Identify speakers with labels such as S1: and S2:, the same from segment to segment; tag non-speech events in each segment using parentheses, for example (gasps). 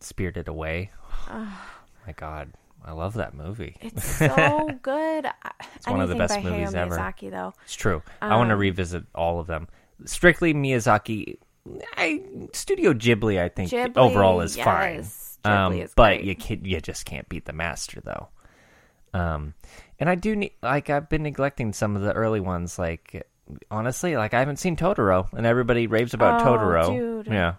S1: Spirited
S2: (sighs)
S1: Away. My God, I love that movie.
S2: It's
S1: (laughs)
S2: so good.
S1: It's one of the best movies ever.
S2: Miyazaki, though.
S1: It's true. I want to
S2: Um,
S1: revisit all of them. Strictly Miyazaki. I, Studio Ghibli, I think
S2: Ghibli,
S1: overall is fine.
S2: yes. Ghibli
S1: Um,
S2: is
S1: but
S2: great.
S1: you can, you just can't beat the master though. Um, and I do need like I've been neglecting some of the early ones. Like honestly, like I haven't seen Totoro, and everybody raves about
S2: Oh,
S1: Totoro.
S2: dude.
S1: Yeah.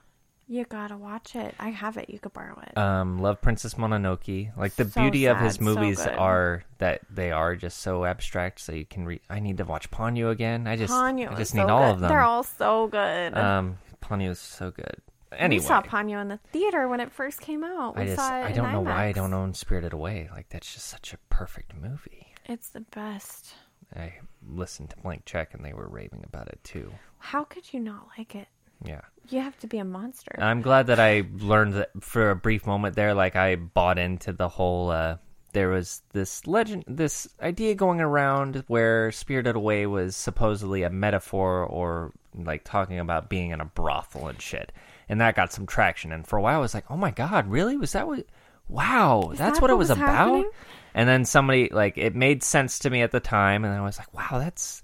S2: You gotta watch it. I have it. You could borrow it.
S1: Um, love Princess Mononoke. Like the
S2: So
S1: beauty of his
S2: sad, so
S1: movies
S2: good.
S1: are that they are just so abstract. So you can read. I need to watch Ponyo again. I just
S2: Ponyo
S1: I
S2: is
S1: just
S2: so
S1: need all
S2: good.
S1: of them.
S2: They're all so good.
S1: um, Ponyo is so good. Anyway,
S2: We saw Ponyo in the theater when it first came out. We
S1: I just
S2: saw it
S1: I
S2: in
S1: don't know why I
S2: IMAX.
S1: don't own Spirited Away. Like that's just such a perfect movie.
S2: It's the best.
S1: I listened to Blank Check and they were raving about it too.
S2: How could you not like it?
S1: Yeah.
S2: You have to be a monster.
S1: I'm glad that I learned that for a brief moment there, like I bought into the whole uh there was this legend this idea going around where Spirited Away was supposedly a metaphor or like talking about being in a brothel and shit. And that got some traction and for a while I was like, Oh my god, really? Was that what Wow, that's
S2: that
S1: what, it
S2: what
S1: was,
S2: was
S1: about?
S2: happening?
S1: And then somebody like it made sense to me at the time and I was like, Wow, that's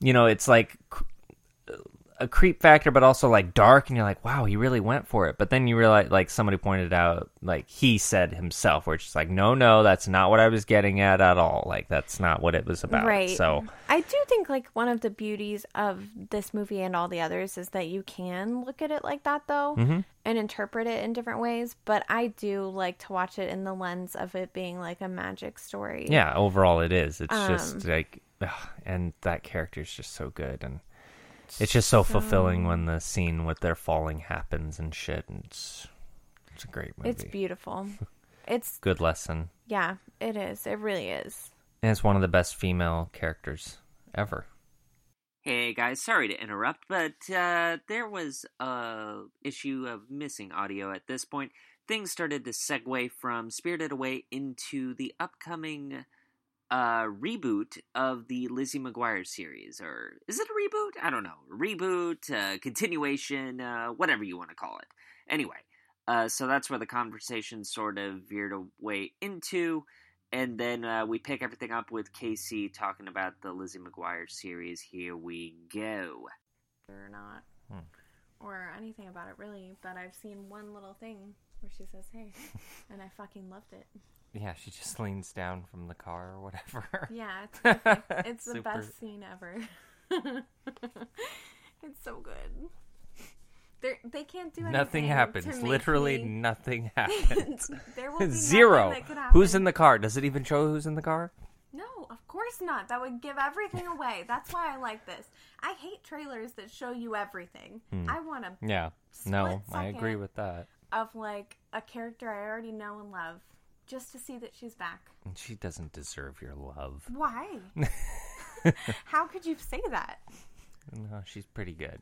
S1: you know, it's like a creep factor, but also like dark, and you're like, wow, he really went for it. But then you realize, like somebody pointed out, like he said himself, where it's just like, no, no, that's not what I was getting at at all. Like that's not what it was about.
S2: right.
S1: So
S2: I do think like one of the beauties of this movie and all the others is that you can look at it like that though
S1: Mm-hmm.
S2: and interpret it in different ways. But I do like to watch it in the lens of it being like a magic story.
S1: yeah, overall it is. It's just like, ugh, and that character's just so good, and it's just so, fulfilling when the scene with their falling happens and shit. And it's it's a great movie.
S2: It's
S1: (laughs)
S2: beautiful. It's
S1: good lesson,
S2: yeah, it is. It really is.
S1: and it's one of the best female characters ever.
S3: Hey guys, sorry to interrupt, but uh, there was a issue of missing audio at this point. Things started to segue from Spirited Away into the upcoming uh, reboot of the Lizzie McGuire series, or is it a reboot? I don't know. Reboot, uh, continuation, uh, whatever you want to call it. Anyway, uh, so that's where the conversation sort of veered away into and then uh, we pick everything up with Casey talking about the Lizzie McGuire series. Here we go.
S2: Or not.
S1: Hmm.
S2: Or anything about it really, but I've seen one little thing where she says,
S1: (laughs)
S2: Hey and I fucking loved it.
S1: Yeah, she just (laughs) leans down from the car or whatever.
S2: Yeah, it's perfect. It's the
S1: Super.
S2: best scene ever. (laughs) it's so good. They're, they can't do anything.
S1: nothing
S2: to
S1: happens.
S2: make
S1: Literally
S2: me- (laughs)
S1: nothing happens.
S2: there will be
S1: Zero.
S2: nothing that could
S1: Who's
S2: happen.
S1: in the car? Does it even show who's in the car?
S2: No, of course not. That would give
S1: (laughs)
S2: everything away. That's why I like this. I hate trailers that show you everything.
S1: Hmm.
S2: I want a
S1: Yeah. no,
S2: Split
S1: I agree
S2: second.
S1: with that.
S2: of like a character I already know and love, just to see that she's back.
S1: And she doesn't deserve your love. (laughs)
S2: Why? (laughs) How could you say that?
S1: No, she's pretty good.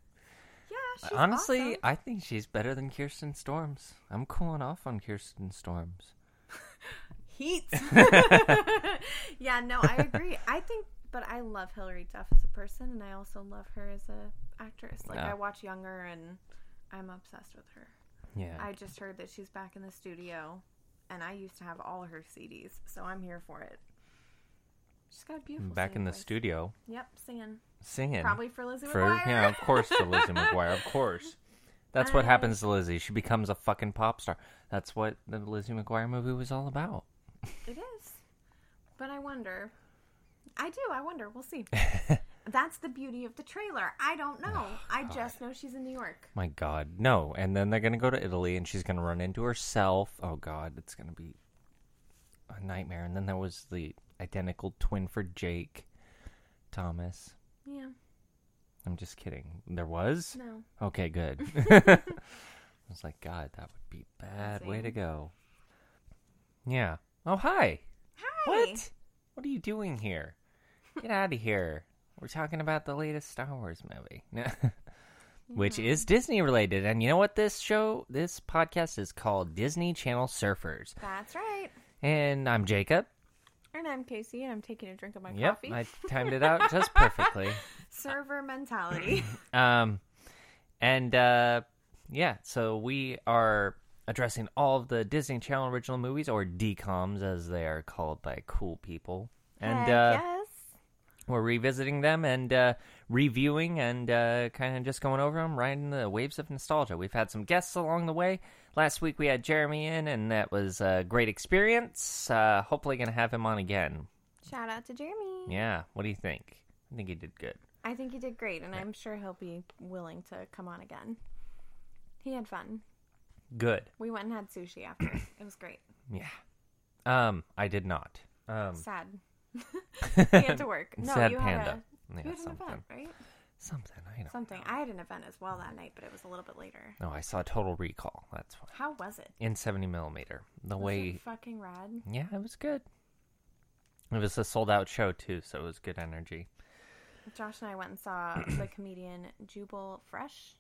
S2: Yeah, she's
S1: Honestly,
S2: awesome.
S1: I think she's better than Kirsten Storms. I'm cooling off on Kirsten Storms. (laughs)
S2: heat. (laughs) yeah, no, I agree. I think, but I love Hillary Duff as a person, and I also love her as a actress. Like
S1: Yeah.
S2: I watch Younger, and I'm obsessed with her.
S1: Yeah.
S2: I just heard that she's back in the studio, and I used to have all her CDs, so I'm here for it. She's got a beautiful.
S1: Back
S2: singing
S1: in the
S2: voice.
S1: studio
S2: Yep, singing
S1: singing.
S2: probably for Lizzie
S1: for
S2: McGuire.
S1: yeah, of course for Lizzie McGuire, of course. That's what happens to Lizzie. She becomes a fucking pop star. That's what the Lizzie McGuire movie was all about.
S2: (laughs) It is. But I wonder. I do. I wonder.
S1: (laughs)
S2: We'll see. That's the beauty of the trailer. I don't know.
S1: (sighs)
S2: I
S1: Oh,
S2: just know she's in New York.
S1: My God, no! And then they're gonna go to Italy, and she's gonna run into herself. Oh God, it's gonna be a nightmare. And then there was the identical twin for Jake Thomas.
S2: Yeah.
S1: I'm just kidding. There was.
S2: No.
S1: Okay, good. I was like, God, that would be bad. Way to
S2: Amazing.
S1: go. Yeah. Oh, hi.
S2: Hi.
S1: What? What are you doing here? Get out of here. We're talking about the latest Star Wars movie. (laughs) No. Which is Disney related. And you know what this show, this podcast is called Disney Channel Surfers.
S2: That's right.
S1: And I'm Jacob.
S2: And I'm Casey, and I'm taking a drink of my
S1: Yep.
S2: coffee.
S1: I uh, timed it out just
S2: (laughs)
S1: perfectly.
S2: Server mentality.
S1: Um, and uh, yeah, so we are addressing all of the Disney Channel original movies, or DCOMs as they are called by cool people. (clears throat) And
S2: Heck
S1: uh,
S2: yes.
S1: we're revisiting them and uh, reviewing and uh, kind of just going over them, riding the waves of nostalgia. We've had some guests along the way. Last week we had Jeremy in, and that was a great experience. Uh, hopefully, going to have him on again.
S2: Shout out to Jeremy.
S1: Yeah, what do you think? I think he did good.
S2: I think he did great, and I'm sure he'll be willing to come on again. He had fun.
S1: Good.
S2: We went and had
S1: (clears throat)
S2: sushi after. it was great.
S1: Yeah. Um, I did not. Um, (laughs)
S2: Sad. (laughs) we had to work. No,
S1: Sad
S2: you had
S1: panda.
S2: a
S1: Yeah,
S2: you had an
S1: something.
S2: event, right?
S1: Something. I don't.
S2: Something. I had an event as well that night, but it was a little bit later.
S1: No, I saw Total Recall. That's why.
S2: How was it?
S1: In 70 millimeter. The
S2: Was
S1: way.
S2: it fucking rad.
S1: Yeah, it was good. It was a sold out show too, so it was good energy.
S2: Josh and I went and saw
S1: (clears throat)
S2: the comedian Jubal Fresh,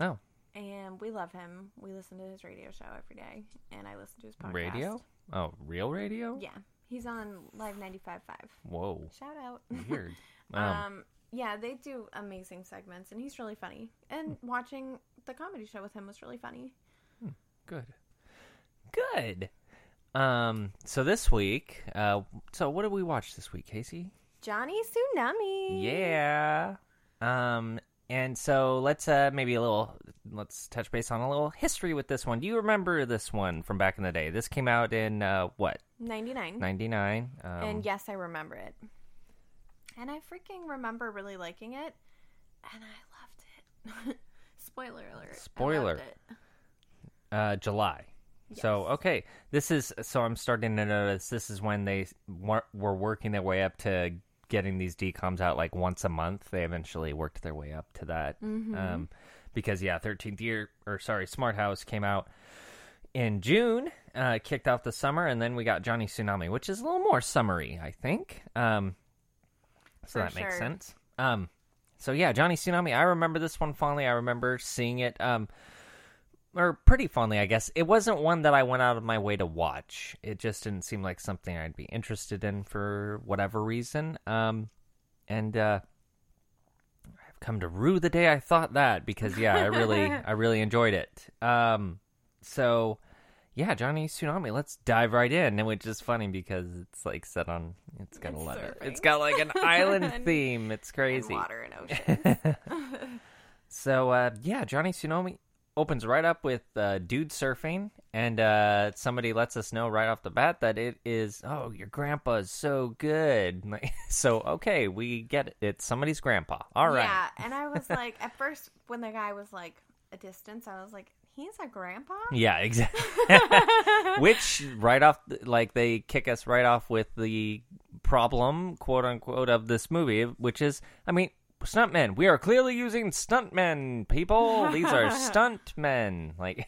S1: Oh,
S2: and we love him. We listen to his radio show every day, and I listen to his podcast.
S1: radio? Oh, real radio?
S2: Yeah, he's on Live 95.5. (laughs)
S1: Whoa.
S2: Shout out.
S1: Weird. Um,
S2: Um, yeah, they do amazing segments, and he's really funny. And watching the comedy show with him was really funny.
S1: good. Good. Um, so this week, uh, so what did we watch this week, Casey?
S2: Johnny Tsunami.
S1: Yeah. Um, and so let's uh maybe a little let's touch base on a little history with this one. Do you remember this one from back in the day? This came out in uh what
S2: 99.
S1: ninety nine. Um,
S2: and yes, I remember it. And I freaking remember really liking it, and I loved it. (laughs) Spoiler alert. I loved
S1: Spoiler.
S2: it.
S1: uh, July. So okay, this is so I'm starting to notice this is when they were, were working their way up to getting these DComs out like once a month. They eventually worked their way up to that, um, because yeah, 13th year or sorry, Smart House came out in June, uh, kicked off the summer, and then we got Johnny Tsunami, which is a little more summery, I think. Um, so
S2: For
S1: that makes
S2: sure.
S1: sense. Um, so yeah, Johnny Tsunami. I remember this one fondly. I remember seeing it. Um, or pretty fondly, I guess. It wasn't one that I went out of my way to watch. It just didn't seem like something I'd be interested in for whatever reason. Um, and uh, I've come to rue the day I thought that because yeah, I
S2: (laughs)
S1: really, I really enjoyed it. Um, so yeah, Johnny Tsunami. Let's dive right in, and which is funny because it's like set on. It's got a
S2: It's
S1: letter.
S2: surfing.
S1: It's got like an island
S2: (laughs) And-
S1: theme. It's
S2: And
S1: crazy.
S2: water
S1: (laughs)
S2: and ocean. (laughs)
S1: So uh, yeah, Johnny Tsunami opens right up with uh, dude surfing, and uh, somebody lets us know right off the bat that it is oh your grandpa's so good. (laughs) Like, so okay, we get it. It's somebody's grandpa. All right.
S2: Yeah, and I was like, at first, when the guy was like a distance, I was like, he's a
S1: (laughs)
S2: grandpa?
S1: Yeah, exactly. Which right off, th- like they kick us right off with the problem, quote unquote, of this movie, which is, I mean, stuntmen. We are clearly using stuntmen, people. These
S2: (laughs)
S1: are stuntmen. Like,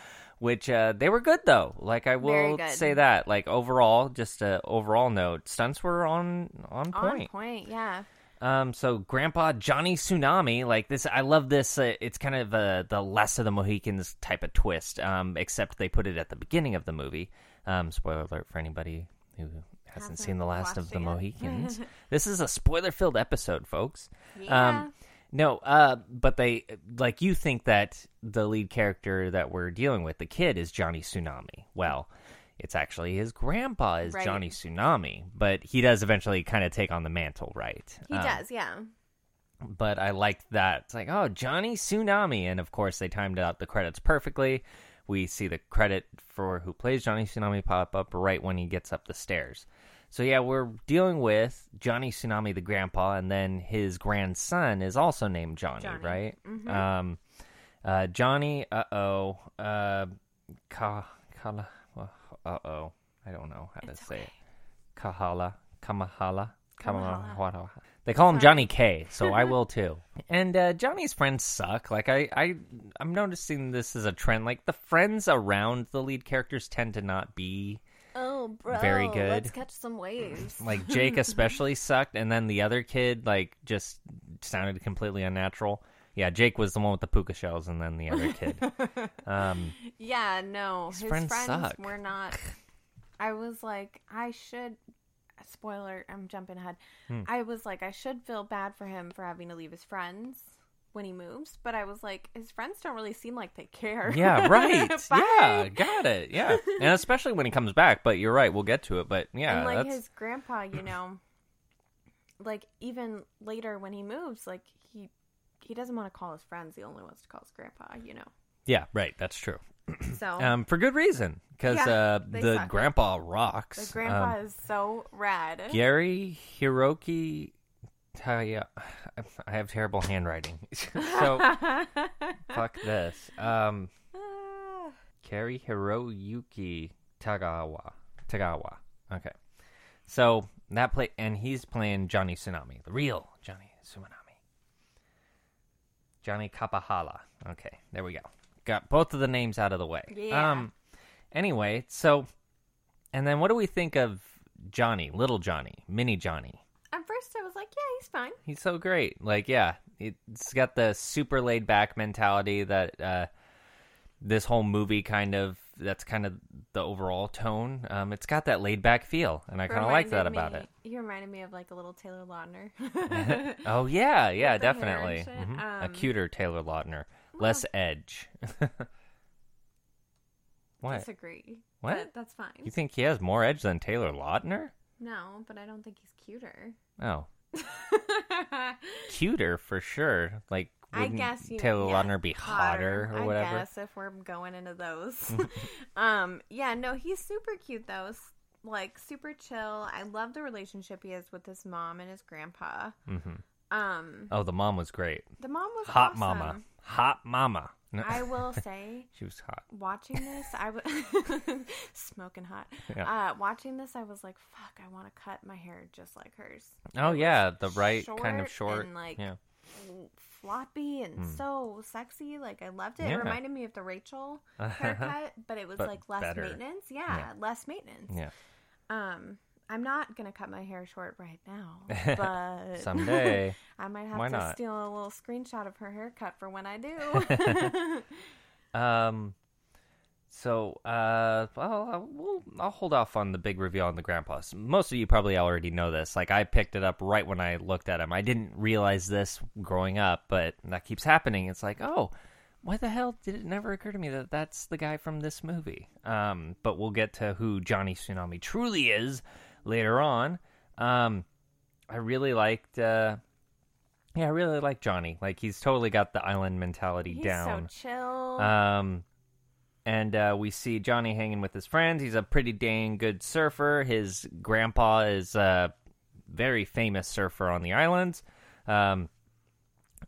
S1: (laughs) which uh, they were good though. Like I
S2: Very
S1: will
S2: good.
S1: say that. Like overall, just a overall note, stunts were on on point.
S2: (laughs) On point, yeah.
S1: Um, so Grandpa Johnny Tsunami, like this, I love this. Uh, it's kind of uh, the less of the Mohicans type of twist, um, except they put it at the beginning of the movie. Um, spoiler alert for anybody who hasn't,
S2: Hasn't
S1: seen the last of
S2: watched
S1: the
S2: it yet. (laughs)
S1: Mohicans. this is a spoiler-filled episode, folks.
S2: Yeah.
S1: Um, no, uh, but they like you think that the lead character that we're dealing with, the kid, is Johnny Tsunami. Well, it's actually his grandpa is
S2: Right.
S1: Johnny Tsunami, but he does eventually kind of take on the mantle, right?
S2: He
S1: Um,
S2: does, yeah.
S1: but I liked that. It's like, oh, Johnny Tsunami. And of course, they timed out the credits perfectly. We see the credit for who plays Johnny Tsunami pop up right when he gets up the stairs. So, yeah, we're dealing with Johnny Tsunami, the grandpa, and then his grandson is also named Johnny,
S2: Johnny.
S1: right? Um, uh, Johnny, uh oh, uh, Ka, Kala, uh oh, I don't know how to say it. Kahala, Kamahala,
S2: Kamahala.
S1: Kamahala. They call him Johnny K, so I will too. And uh, Johnny's friends suck. Like I, I, I'm noticing this as a trend. Like the friends around the lead characters tend to not be
S2: Oh, bro.
S1: very good. let's
S2: catch some waves.
S1: like Jake especially sucked, and then the other kid like just sounded completely unnatural. Yeah, Jake was the one with the puka shells, and then the other kid. um,
S2: Yeah, no. His,
S1: friends
S2: friends,
S1: suck. (laughs)
S2: were not. I was like, I should.
S1: Hmm.
S2: Spoiler, I'm jumping ahead. I was like, I should feel bad for him for having to leave his friends when he moves, but I was like, his friends don't really seem like they (laughs) care.
S1: Yeah, right.
S2: Bye.
S1: yeah, got it. Yeah. And especially when he comes back, but you're right, we'll get to it. But yeah,
S2: and like
S1: that's
S2: his grandpa,
S1: (clears throat)
S2: you know, like even later when he moves, like he he doesn't want to call his friends; he only wants to call his grandpa,
S1: (clears throat)
S2: you know.
S1: yeah, right, that's true.
S2: So
S1: Um for good reason. Because
S2: Oh. Yeah,
S1: uh
S2: they
S1: the
S2: suck.
S1: grandpa rocks.
S2: the grandpa
S1: Um,
S2: is so rad.
S1: Gary Hiroki Taya (sighs) I have terrible handwriting. (laughs)
S2: (laughs)
S1: so fuck this. Um Kari Hiroyuki Tagawa. Tagawa. Okay. So that play, and he's playing Johnny Tsunami, the real Johnny Tsunami. Johnny Kapahala. Okay, there we go. Got both of the names out of the way.
S2: Yeah.
S1: Um. Anyway, so, and then what do we think of Johnny, little Johnny, mini Johnny?
S2: (sighs) At first, I was like, yeah, he's fine.
S1: He's so great. Like, yeah, it's got the super laid back mentality that uh, this whole movie kind of that's kind of the overall tone. Um, it's got that laid back feel, and I kind of like
S2: Reminded
S1: that about
S2: me- (laughs)
S1: it.
S2: He reminded me of like a little Taylor Lautner. (laughs)
S1: Oh yeah, yeah,
S2: With the hair and
S1: definitely.
S2: shit,
S1: Mhm. a
S2: um,
S1: cuter Taylor Lautner, less edge. (laughs) (laughs) what
S2: Disagree.
S1: What?
S2: But that's fine.
S1: you think he has more edge than Taylor Lautner?
S2: No, but I don't think he's cuter.
S1: (laughs) Oh, cuter for sure. Like,
S2: I
S1: wouldn't
S2: guess you
S1: Taylor
S2: yeah,
S1: Lautner be hotter, or
S2: I
S1: whatever?
S2: guess if we're going into those.
S1: (laughs)
S2: (laughs) um, yeah, no, he's super cute though. S- Like super chill. I love the relationship he has with his mom and his grandpa.
S1: Mhm.
S2: Um,
S1: Oh, the mom was great.
S2: the mom was
S1: Hot
S2: awesome.
S1: mama. Hot mama. No,
S2: I will say,
S1: (laughs) she was hot.
S2: watching this, I was (laughs) smoking hot.
S1: Yeah.
S2: Uh, watching this, I was like, "Fuck, I want to cut my hair just like hers."
S1: Oh yeah, the right kind of
S2: short
S1: short.
S2: and, like,
S1: yeah.
S2: floppy and so sexy. Like I loved it.
S1: Hmm. Yeah.
S2: It reminded me of
S1: (laughs)
S2: the Rachel haircut, but it was
S1: But
S2: like less
S1: better.
S2: maintenance. Yeah, less maintenance.
S1: Yeah.
S2: Um, I'm not gonna cut my hair short right
S1: (laughs)
S2: now, but
S1: Someday.
S2: (laughs) I might have
S1: Why
S2: to
S1: not?
S2: steal a little screenshot of her haircut for when I
S1: (laughs)
S2: do.
S1: Um so uh well I- we'll I'll hold off on the big reveal on the grandpas. Most of you probably already know this. Like I picked it up right when I looked at him. I didn't realize this growing up, but that keeps happening. It's like, "Oh, why the hell did it never occur to me that that's the guy from this movie?" Um but we'll get to who Johnny Tsunami truly is later on. Um I really liked uh yeah, I really like Johnny. Like he's totally got the island mentality
S2: He's
S1: down.
S2: so chill.
S1: Um, and uh, we see Johnny hanging with his friends. He's a pretty dang good surfer. His grandpa is a very famous surfer on the islands. Um,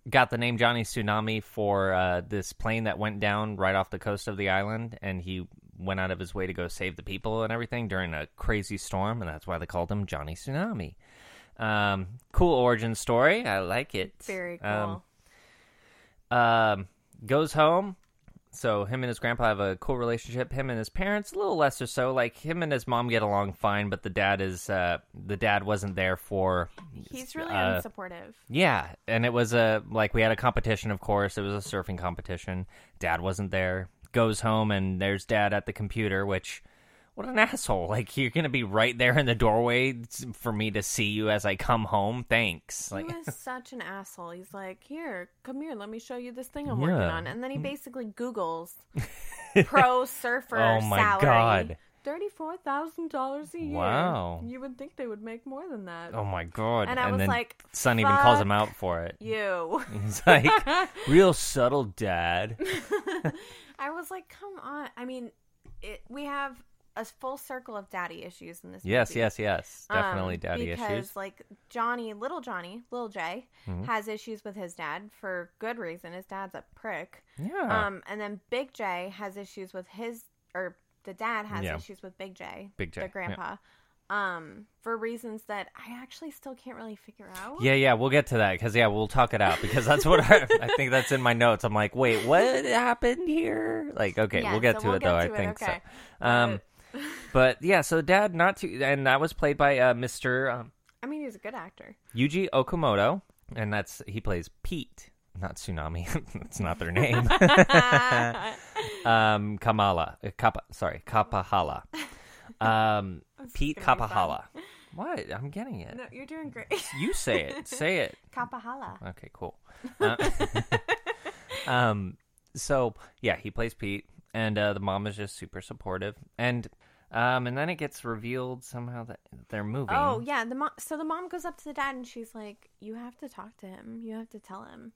S1: got the name Johnny Tsunami for uh, this plane that went down right off the coast of the island, and he went out of his way to go save the people and everything during a crazy storm, and that's why they called him Johnny Tsunami. Um, cool origin story. I like it.
S2: Very cool.
S1: Um, um, goes home. So him and his grandpa have a cool relationship. Him and his parents a little less or so. Like him and his mom get along fine, but the dad is uh, the dad wasn't there for.
S2: He's really
S1: uh,
S2: unsupportive.
S1: Yeah, and it was a like we had a competition. Of course, it was a surfing competition. Dad wasn't there. Goes home and there's dad at the computer, which. What an asshole! Like you're gonna be right there in the doorway for me to see you as I come home. Thanks. Like
S2: he was such an asshole. He's like, "Here, come here. Let me show you this thing I'm working
S1: Yeah. Mm.
S2: on." And then he basically
S1: (laughs)
S2: Google's pro surfer
S1: Oh my
S2: salary.
S1: God.
S2: Thirty-four thousand dollars a year.
S1: Wow.
S2: You would think they would make more than that.
S1: Oh my god!
S2: And I was
S1: then
S2: like,
S1: Son even calls him
S2: "Fuck
S1: out for it. (laughs)
S2: You. (laughs)
S1: He's like, real subtle, Dad.
S2: I was like, "Come on." I mean, it, we have a full circle of daddy issues in this.
S1: Yes,
S2: movie.
S1: yes, yes.
S2: Um,
S1: Definitely daddy
S2: because,
S1: issues. Mm-hmm.
S2: like Johnny, little Johnny, little Jay, has issues with his dad for good reason. His dad's a prick.
S1: Yeah.
S2: Um, and then Big J has issues with his, or the dad has
S1: Yeah.
S2: issues with Big J,
S1: Big J, yeah.
S2: the grandpa, um, for reasons that I actually still can't really figure out.
S1: yeah, yeah. We'll get to that because yeah, we'll talk it out because that's what I, I think that's in my notes. I'm like, wait, what happened here? Like, okay,
S2: Yeah,
S1: we'll get
S2: so
S1: to
S2: we'll
S1: it
S2: get
S1: though.
S2: to
S1: I
S2: it,
S1: think
S2: okay.
S1: so. Um, but yeah, so Dad, not too, and that was played by uh, Mr. Um,
S2: I mean, he's a
S1: (laughs)
S2: good actor. (laughs)
S1: Yuji Okamoto, and that's he plays Pete, not Tsunami. (laughs) that's not their
S2: (laughs)
S1: name. um,
S2: (laughs)
S1: Kamala, uh, Kappa, sorry, Kapahala. Um, Pete
S2: gonna be fun. (laughs)
S1: Kapahala, What? I'm getting it.
S2: No, you're doing great. (laughs)
S1: You say it. Say it.
S2: Kapahala.
S1: Okay,
S2: (laughs)
S1: cool. Uh, (laughs) um, so yeah, he plays Pete, and uh, the mom is just super supportive, and um, and then it gets revealed somehow that they're moving.
S2: Oh yeah, the mom. So the mom goes up to the dad and she's like, "You have to talk to him. You have to tell him."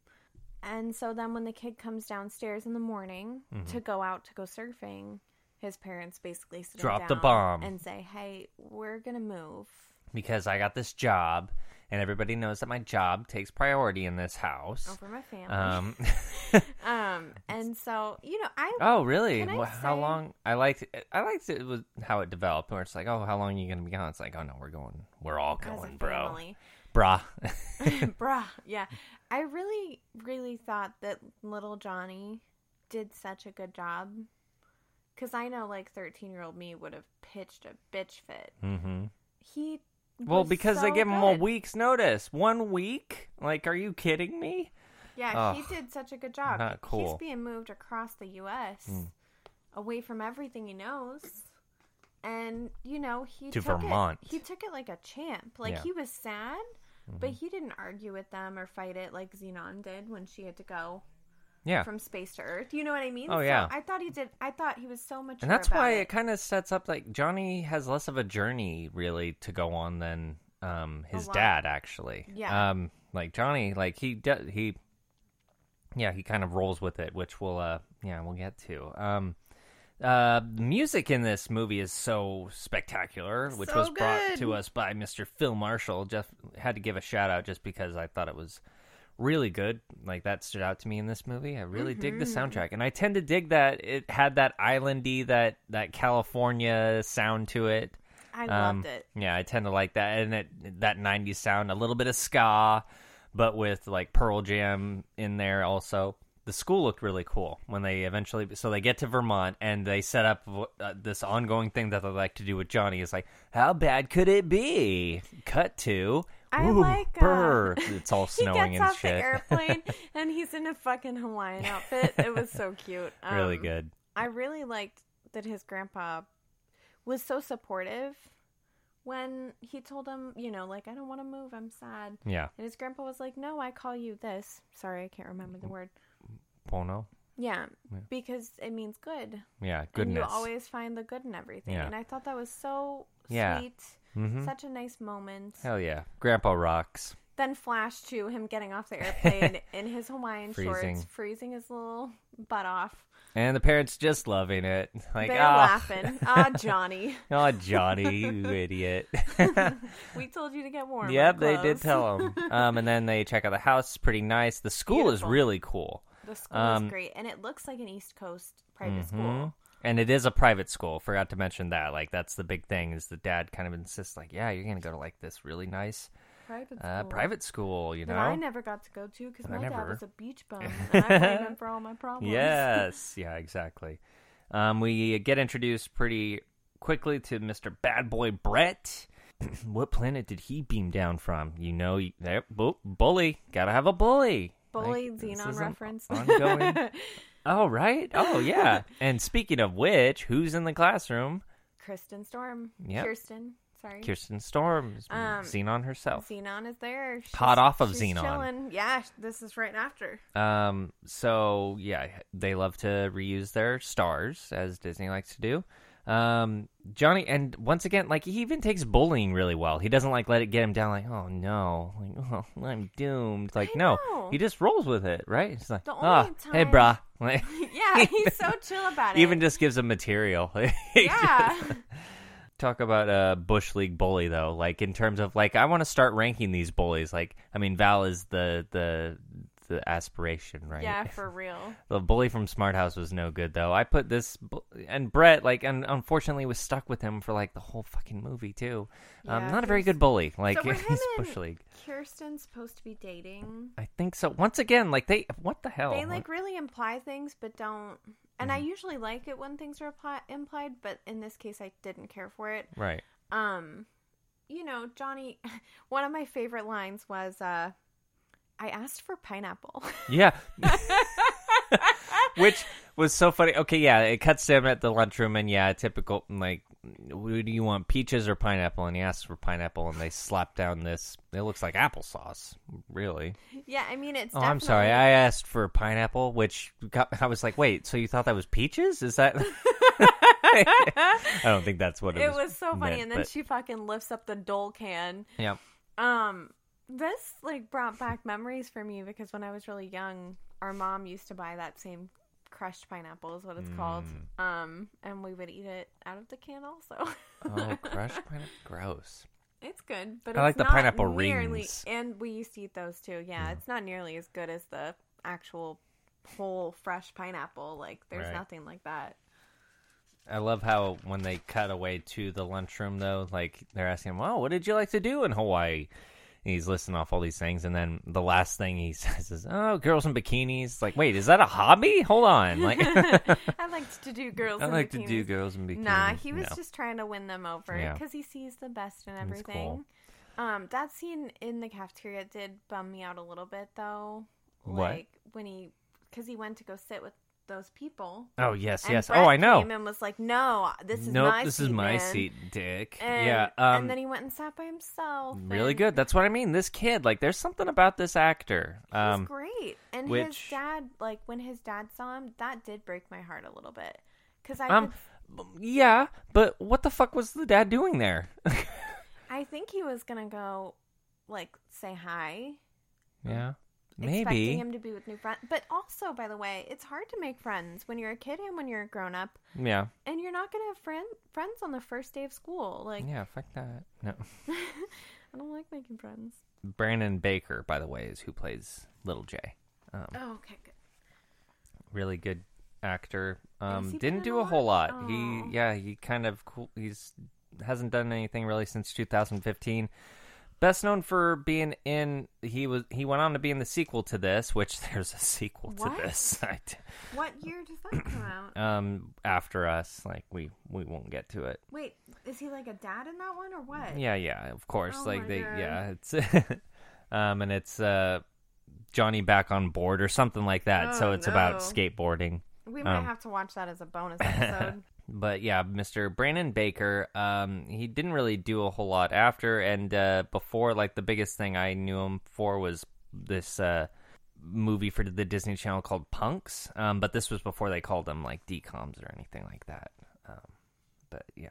S2: And so then when the kid comes downstairs in the morning
S1: Mm-hmm.
S2: to go out to go surfing, his parents basically sit him
S1: Drop the
S2: down
S1: bomb.
S2: and say, "Hey, we're gonna move."
S1: because I got this job, and everybody knows that my job takes priority in this house.
S2: Over my family.
S1: Um, (laughs)
S2: Um, and so you know, I
S1: oh really?
S2: Can I
S1: Wha- how
S2: say-
S1: long? I liked. It. I liked it was how it developed. Where it's like, oh, how long are you gonna be gone? It's like, oh no, we're going. We're all
S2: as a
S1: going, bro.
S2: family-
S1: Brah.
S2: (laughs) bruh, yeah. I really, really thought that little Johnny did such a good job. Cause I know, like, thirteen-year-old me would have pitched a bitch fit.
S1: mm-hmm.
S2: He
S1: Well,
S2: was
S1: because they
S2: so
S1: give him a
S2: good.
S1: week's notice. One week? Like, are you kidding me?
S2: Yeah,
S1: Ugh,
S2: he did such a good job.
S1: not cool. Hmm.
S2: He's being moved across the U.S. away from everything he knows, and you know he
S1: To
S2: took
S1: Vermont.
S2: It, he took it like a champ. Like
S1: Yeah. Mm-hmm.
S2: he was sad, but he didn't argue with them or fight it like Xenon did when she had to go
S1: Yeah.
S2: from space to Earth. You know what I mean?
S1: Oh,
S2: So
S1: yeah.
S2: I thought he did. I thought he was so much.
S1: and that's why it, kind of sets up like Johnny has less of a journey really to go on than um his
S2: lot.
S1: dad actually.
S2: Yeah.
S1: Um like Johnny like he de- he yeah, he kind of rolls with it, which we'll uh yeah, we'll get to. Um uh the music in this movie is so spectacular, which
S2: So
S1: was brought
S2: good.
S1: to us by Mr. Phil Marshall. Just had to give a shout out just because I thought it was really good. Like that stood out to me in this movie. I really dig the
S2: Mm-hmm.
S1: soundtrack, and I tend to dig that it had that islandy, that that California sound to it.
S2: I
S1: Um,
S2: loved it.
S1: Yeah, I tend to like that, and it, that '90s sound, a little bit of ska, but with like Pearl Jam in there also. The school looked really cool when they eventually. So they get to Vermont and they set up wh- uh, this ongoing thing that they like to do with Johnny. Is like, how bad could it be? Cut to.
S2: I
S1: "Ooh,
S2: like, uh, (laughs)
S1: brr." It's all
S2: He
S1: snowing
S2: gets
S1: and
S2: off
S1: shit.
S2: the
S1: (laughs)
S2: airplane and he's in a fucking Hawaiian outfit. It was so cute.
S1: really
S2: Um,
S1: good.
S2: I really liked that his grandpa was so supportive when he told him, you know, like, I don't want to move, I'm sad.
S1: Yeah.
S2: And his grandpa was like, No, I call you this. Sorry, I can't remember
S1: Mm-hmm.
S2: the word.
S1: Pono.
S2: Yeah, because it means good.
S1: Yeah.
S2: And you
S1: Goodness.
S2: always find the good in everything.
S1: Yeah.
S2: And I thought that was so
S1: Yeah.
S2: sweet.
S1: Mhm.
S2: Such a nice moment.
S1: Hell yeah. Grandpa rocks.
S2: Then flash to him getting off the
S1: (laughs)
S2: airplane in his Hawaiian
S1: Freezing.
S2: shorts, freezing his little butt off.
S1: And the parents just loving it. Like,
S2: They're
S1: ah,
S2: laughing.
S1: (laughs)
S2: Ah, Johnny.
S1: oh, Johnny,
S2: (laughs)
S1: you idiot. (laughs)
S2: We told you to get warm.
S1: yep, they did tell him. Um, and then they check out the house. It's pretty nice. The school is
S2: Beautiful.
S1: really cool.
S2: The school
S1: Um, mm-hmm.
S2: is great, and it looks like an East Coast private school.
S1: And it is a private school. Forgot to mention that. Like, that's the big thing is the dad kind of insists, like, yeah, you're going to go to, like, this really nice
S2: Private school.
S1: uh, private school, you
S2: that I
S1: know?
S2: never got to go to because
S1: That I
S2: my dad
S1: never-
S2: was a
S1: (laughs)
S2: beach bum, and I blame him for all my problems. (laughs)
S1: Yes. yeah, exactly. Um, we get introduced pretty quickly to Mr. Bad Boy Brett. (clears throat) what planet did he beam down from? You know, you- there, bu- bully. Gotta have a bully.
S2: Bully
S1: Like, this
S2: Xenon
S1: is an
S2: reference. (laughs)
S1: Ongoing. oh, right. Oh, yeah. And speaking of which, who's in the classroom?
S2: Kristen Storm.
S1: Yep.
S2: Kirsten. Sorry.
S1: Kirsten Storms,
S2: Um,
S1: Xenon herself.
S2: Xenon is there. She's,
S1: Hot off of
S2: she's
S1: Xenon.
S2: Chilling. Yeah, sh- this is
S1: (laughs)
S2: right after. (laughs)
S1: Um, so yeah, they love to reuse their stars as Disney likes to do. Um, Johnny, and once again, like he even takes bullying really well. He doesn't like let it get him down. Like, oh no, like (laughs) oh, I'm doomed. Like,
S2: I
S1: no,
S2: know.
S1: he just rolls with it, right? It's like,
S2: The only
S1: ah, hey,
S2: time-
S1: brah. Like,
S2: yeah, he's so chill about
S1: (laughs)
S2: it.
S1: even just gives him material. (laughs)
S2: yeah.
S1: Talk about uh, bush league bully though. Like in terms of like, I want to start ranking these bullies. Like, I mean, Val is the the the aspiration, (laughs) right?
S2: Yeah, for real.
S1: The bully from Smart House was no good though. I put this bu- and Brett like and unfortunately was stuck with him for like the whole fucking movie too. Um,
S2: Yeah,
S1: not a very
S2: he's-
S1: good bully. Like
S2: So were him
S1: (laughs) he's
S2: and
S1: bush league.
S2: Kirsten's supposed to be dating.
S1: I think so. Once again, like they what the hell?
S2: They like really imply things, but don't. And I
S1: Mm-hmm.
S2: usually like it when things are impli- implied, but in this case, I didn't care for it.
S1: right.
S2: Um, you know, Johnny. (laughs) One of my favorite lines was, uh, "I asked for pineapple." (laughs)
S1: Yeah. Which was so funny. Okay, yeah, it cuts to him at the lunchroom, and yeah, typical like "What do you want, peaches or pineapple?" And he asks for pineapple, and they slap down this. It looks like applesauce, really.
S2: Yeah, I mean it's.
S1: Oh, I'm sorry.
S2: definitely-
S1: I asked for pineapple, which got, I was like, "Wait, so you thought that was peaches? Is that?" (laughs)
S2: (laughs)
S1: I don't think that's what it,
S2: It was so funny,
S1: meant,
S2: and then
S1: but-
S2: she fucking lifts up the dole can.
S1: Yeah.
S2: Um, this like brought back memories for me because when I was really young, our mom used to buy that same crushed pineapple is what it's called.
S1: Mm.
S2: Um, and we would eat it out of the can also. (laughs)
S1: Oh, crushed pineapple. Gross.
S2: It's good, but
S1: I like
S2: it's
S1: the
S2: not
S1: pineapple
S2: nearly,
S1: rings.
S2: And we used to eat those too. Yeah, it's not nearly as good as the actual whole fresh pineapple. Like there's
S1: Right.
S2: nothing like that. (laughs)
S1: I love how when they cut away to the lunchroom, though, like they're asking him, "Well, what did you like to do in Hawaii?" And he's listing off all these things, and then the last thing he (laughs) says is, "Oh, girls in bikinis." It's like, wait, is that a hobby? Hold on,
S2: (laughs)
S1: like, (laughs)
S2: I liked to do girls.
S1: I
S2: in
S1: like to do
S2: bikinis.
S1: girls in bikinis.
S2: Nah, he was
S1: No.
S2: just trying to win them over
S1: Yeah.
S2: because he sees the best in
S1: That's cool.
S2: everything. Um, that scene in the cafeteria did bum me out a little bit though.
S1: What?
S2: Like when he, because he went to go sit with those people.
S1: Oh yes,
S2: and
S1: yes.
S2: Brett
S1: Oh, I know.
S2: Came and was like, "No, this is
S1: nope,
S2: my
S1: this
S2: seat,
S1: is my
S2: man."
S1: seat, Dick.
S2: And,
S1: yeah. Um,
S2: and then he went and sat by himself.
S1: really
S2: and
S1: good. That's what I mean. This kid, like, there's something about this actor.
S2: He was
S1: Um,
S2: great. And his
S1: which-
S2: dad, like when his dad saw him, that did break my heart a little bit because I,
S1: um,
S2: could-
S1: yeah, but what the fuck was the dad doing there? (laughs)
S2: I think he was gonna go, like say hi.
S1: yeah,
S2: expecting
S1: maybe.
S2: him to be with new friends. But also, by the way, it's hard to make friends when you're a kid and when you're a grown up,
S1: Yeah.
S2: and you're not gonna have friend friends on the first day of school. Like,
S1: Yeah, fuck that. No.
S2: I don't like making friends.
S1: Brandon Baker, by the way, is who plays Little J. Um,
S2: Oh, okay, good.
S1: really good actor. Um,
S2: he been
S1: didn't
S2: in
S1: do
S2: a
S1: a whole
S2: lot?
S1: lot.
S2: Aw.
S1: He, yeah, he kind of cool. He's hasn't done anything really since 2015. Best known for being in he was he went on to be in the sequel to this, which (laughs) there's a sequel
S2: What?
S1: to this. (laughs) I d-
S2: What year does that
S1: (coughs)
S2: come out?
S1: um, after us, like we we won't get to it.
S2: Wait, is he like a dad in that one or what?
S1: Yeah, yeah, of course.
S2: Oh
S1: like
S2: my
S1: they,
S2: God.
S1: yeah, it's, (laughs) um, and it's uh, Johnny back on board or something like that. so
S2: Oh,
S1: it's about
S2: no.
S1: skateboarding.
S2: We might
S1: Um.
S2: have to watch that as
S1: (laughs)
S2: a bonus episode.
S1: But yeah, Mr. Brandon Baker, um, he didn't really do a whole lot after and uh, before. Like the biggest thing I knew him for was this uh, movie for the Disney Channel called Punks. Um, but this was before they called them like DComs or anything like that. Um, but yeah.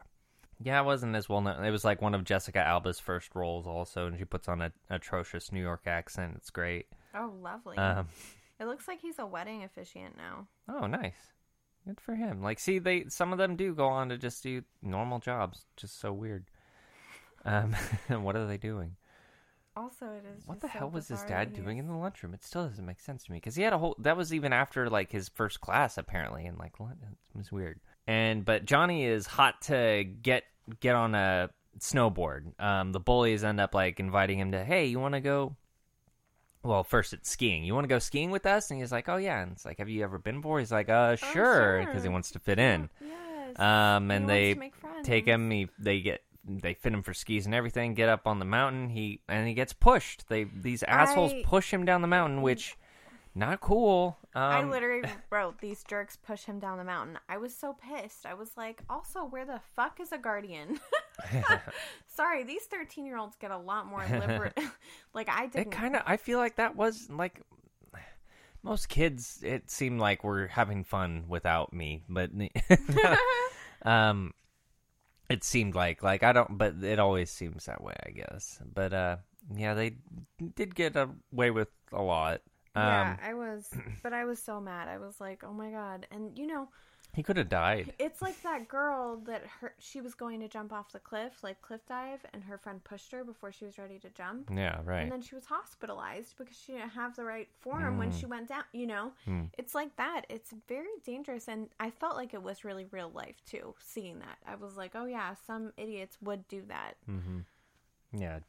S1: Yeah, it wasn't as well known. It was like one of Jessica Alba's first roles, also, and she puts on an atrocious New York accent. It's great.
S2: oh, lovely.
S1: Um,
S2: it looks like he's a wedding officiant now.
S1: oh, nice, good for him. Like, see, they some of them do go on to just do normal jobs. Just so weird. Um, (laughs) what are they doing?
S2: Also, it is.
S1: What
S2: just
S1: the
S2: so
S1: hell was his
S2: bizarre
S1: dad
S2: that he
S1: doing
S2: is-
S1: in the lunchroom? It still doesn't make sense to me because he had a whole. That was even after like his first class apparently, and like what? it was weird. And but Johnny is hot to get get on a snowboard. Um, the bullies end up like inviting him to, hey, you want to go? Well, first it's skiing. You want to go skiing with us? And he's like, oh yeah. And it's like, have you ever been before? He's like, uh, sure, because he
S2: Oh, sure.
S1: wants to fit in.
S2: Yes.
S1: Um,
S2: He
S1: and
S2: wants
S1: they
S2: to make friends.
S1: take him. He, they get they fit him for skis and everything. Get up on the mountain. He and he gets pushed. They these assholes
S2: I- Mm.
S1: push him down the mountain, which not cool. Um,
S2: I literally wrote these jerks push him down the mountain. I was so pissed. I was like, also, where the fuck is
S1: (laughs)
S2: a guardian? (laughs) Sorry, these thirteen-year-olds get a lot more
S1: (laughs)
S2: liberal. (laughs) like I
S1: it
S2: didn't.
S1: kind of. I feel like that was like most kids. It seemed like were having fun without me, but (laughs)
S2: (laughs)
S1: um, it seemed like like I don't. But it always seems that way, I guess. But uh, yeah, they did get away with a lot. Um,
S2: yeah,
S1: (clears throat)
S2: I was, but I was so mad. I was like, oh my god, and you know,
S1: He could have died.
S2: it's like that girl that her she was going to jump off the cliff, like cliff dive, and her friend pushed her before she was ready to jump.
S1: Yeah, right.
S2: and then she was hospitalized because she didn't have the right form when
S1: Mm.
S2: she went down you know
S1: Hmm.
S2: it's like that it's very dangerous and i felt like it was really real life too seeing that i was like oh yeah some idiots would do that
S1: Mm-hmm. yeah,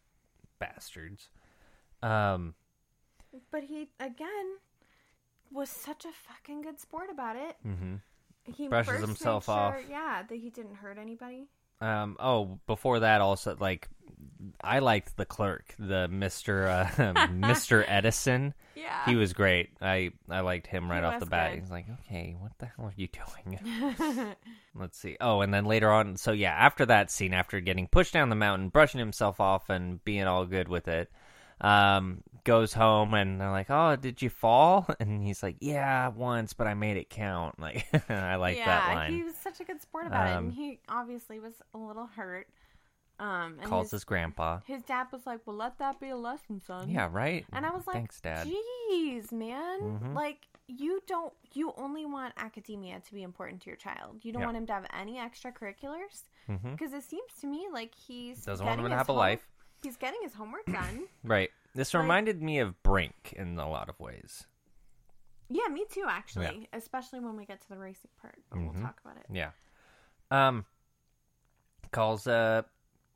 S1: bastards. Um,
S2: but he again was such a fucking good sport about it
S1: mm-hmm.
S2: he
S1: Brushes
S2: first made
S1: himself
S2: sure,
S1: off.
S2: yeah that he didn't hurt anybody
S1: um. Oh, before that, also like I liked the clerk, the Mister uh, (laughs)
S2: (laughs)
S1: Mister Edison.
S2: Yeah.
S1: He was great. I I liked him right
S2: He
S1: off the
S2: was
S1: bat.
S2: good.
S1: He's like, okay, what the hell are you doing?
S2: (laughs)
S1: (laughs) Let's see. Oh, and then later on, so yeah, after that scene, after getting pushed down the mountain, brushing himself off, and being all good with it, um, goes home, and they're like, "Oh, did you fall?" (laughs) And he's like, "Yeah, once, but I made it count." (laughs) Like, I like that line.
S2: he was such a good sport about it,
S1: Um,
S2: and he obviously was a little hurt. Um, and
S1: Calls
S2: his,
S1: his grandpa.
S2: his dad was like, "Well, let that be a lesson, son."
S1: Yeah, right.
S2: and I was like,
S1: "Thanks, Dad."
S2: "Jeez, man!
S1: Mhm.
S2: Like, you don't, you only want academia to be important to your child. You don't
S1: Yeah.
S2: want him to have any extracurriculars
S1: Mhm.
S2: because it seems to me like he's
S1: Doesn't want
S2: getting
S1: him to
S2: his
S1: have a
S2: home-
S1: life."
S2: He's getting his homework done. (clears throat)
S1: Right. This
S2: Like-
S1: reminded me of Brink in a lot of ways.
S2: yeah, me too, actually. Especially when we get to the racing part, but
S1: Mhm.
S2: we'll talk about it.
S1: Yeah. Um calls uh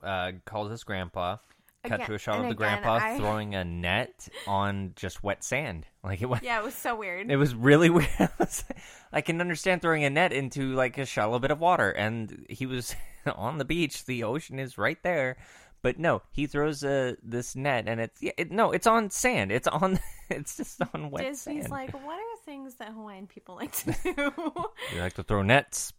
S1: uh calls his grandpa. Cut
S2: Again-
S1: to a shot of
S2: and
S1: the
S2: again,
S1: grandpa
S2: I-
S1: throwing a net on just wet sand. (laughs) Like
S2: (laughs)
S1: it was
S2: Yeah, it was so weird.
S1: it was really (laughs) weird. I was like, I can understand throwing a net into like a shallow bit of water and he was (laughs) on the beach, the ocean is right there. But no, he throws uh, this net and it's yeah, it, no, it's on sand. It's on (laughs) it's just on wet
S2: Disney's
S1: sand.
S2: like, what are things that Hawaiian people like to do (laughs)
S1: they like to throw nets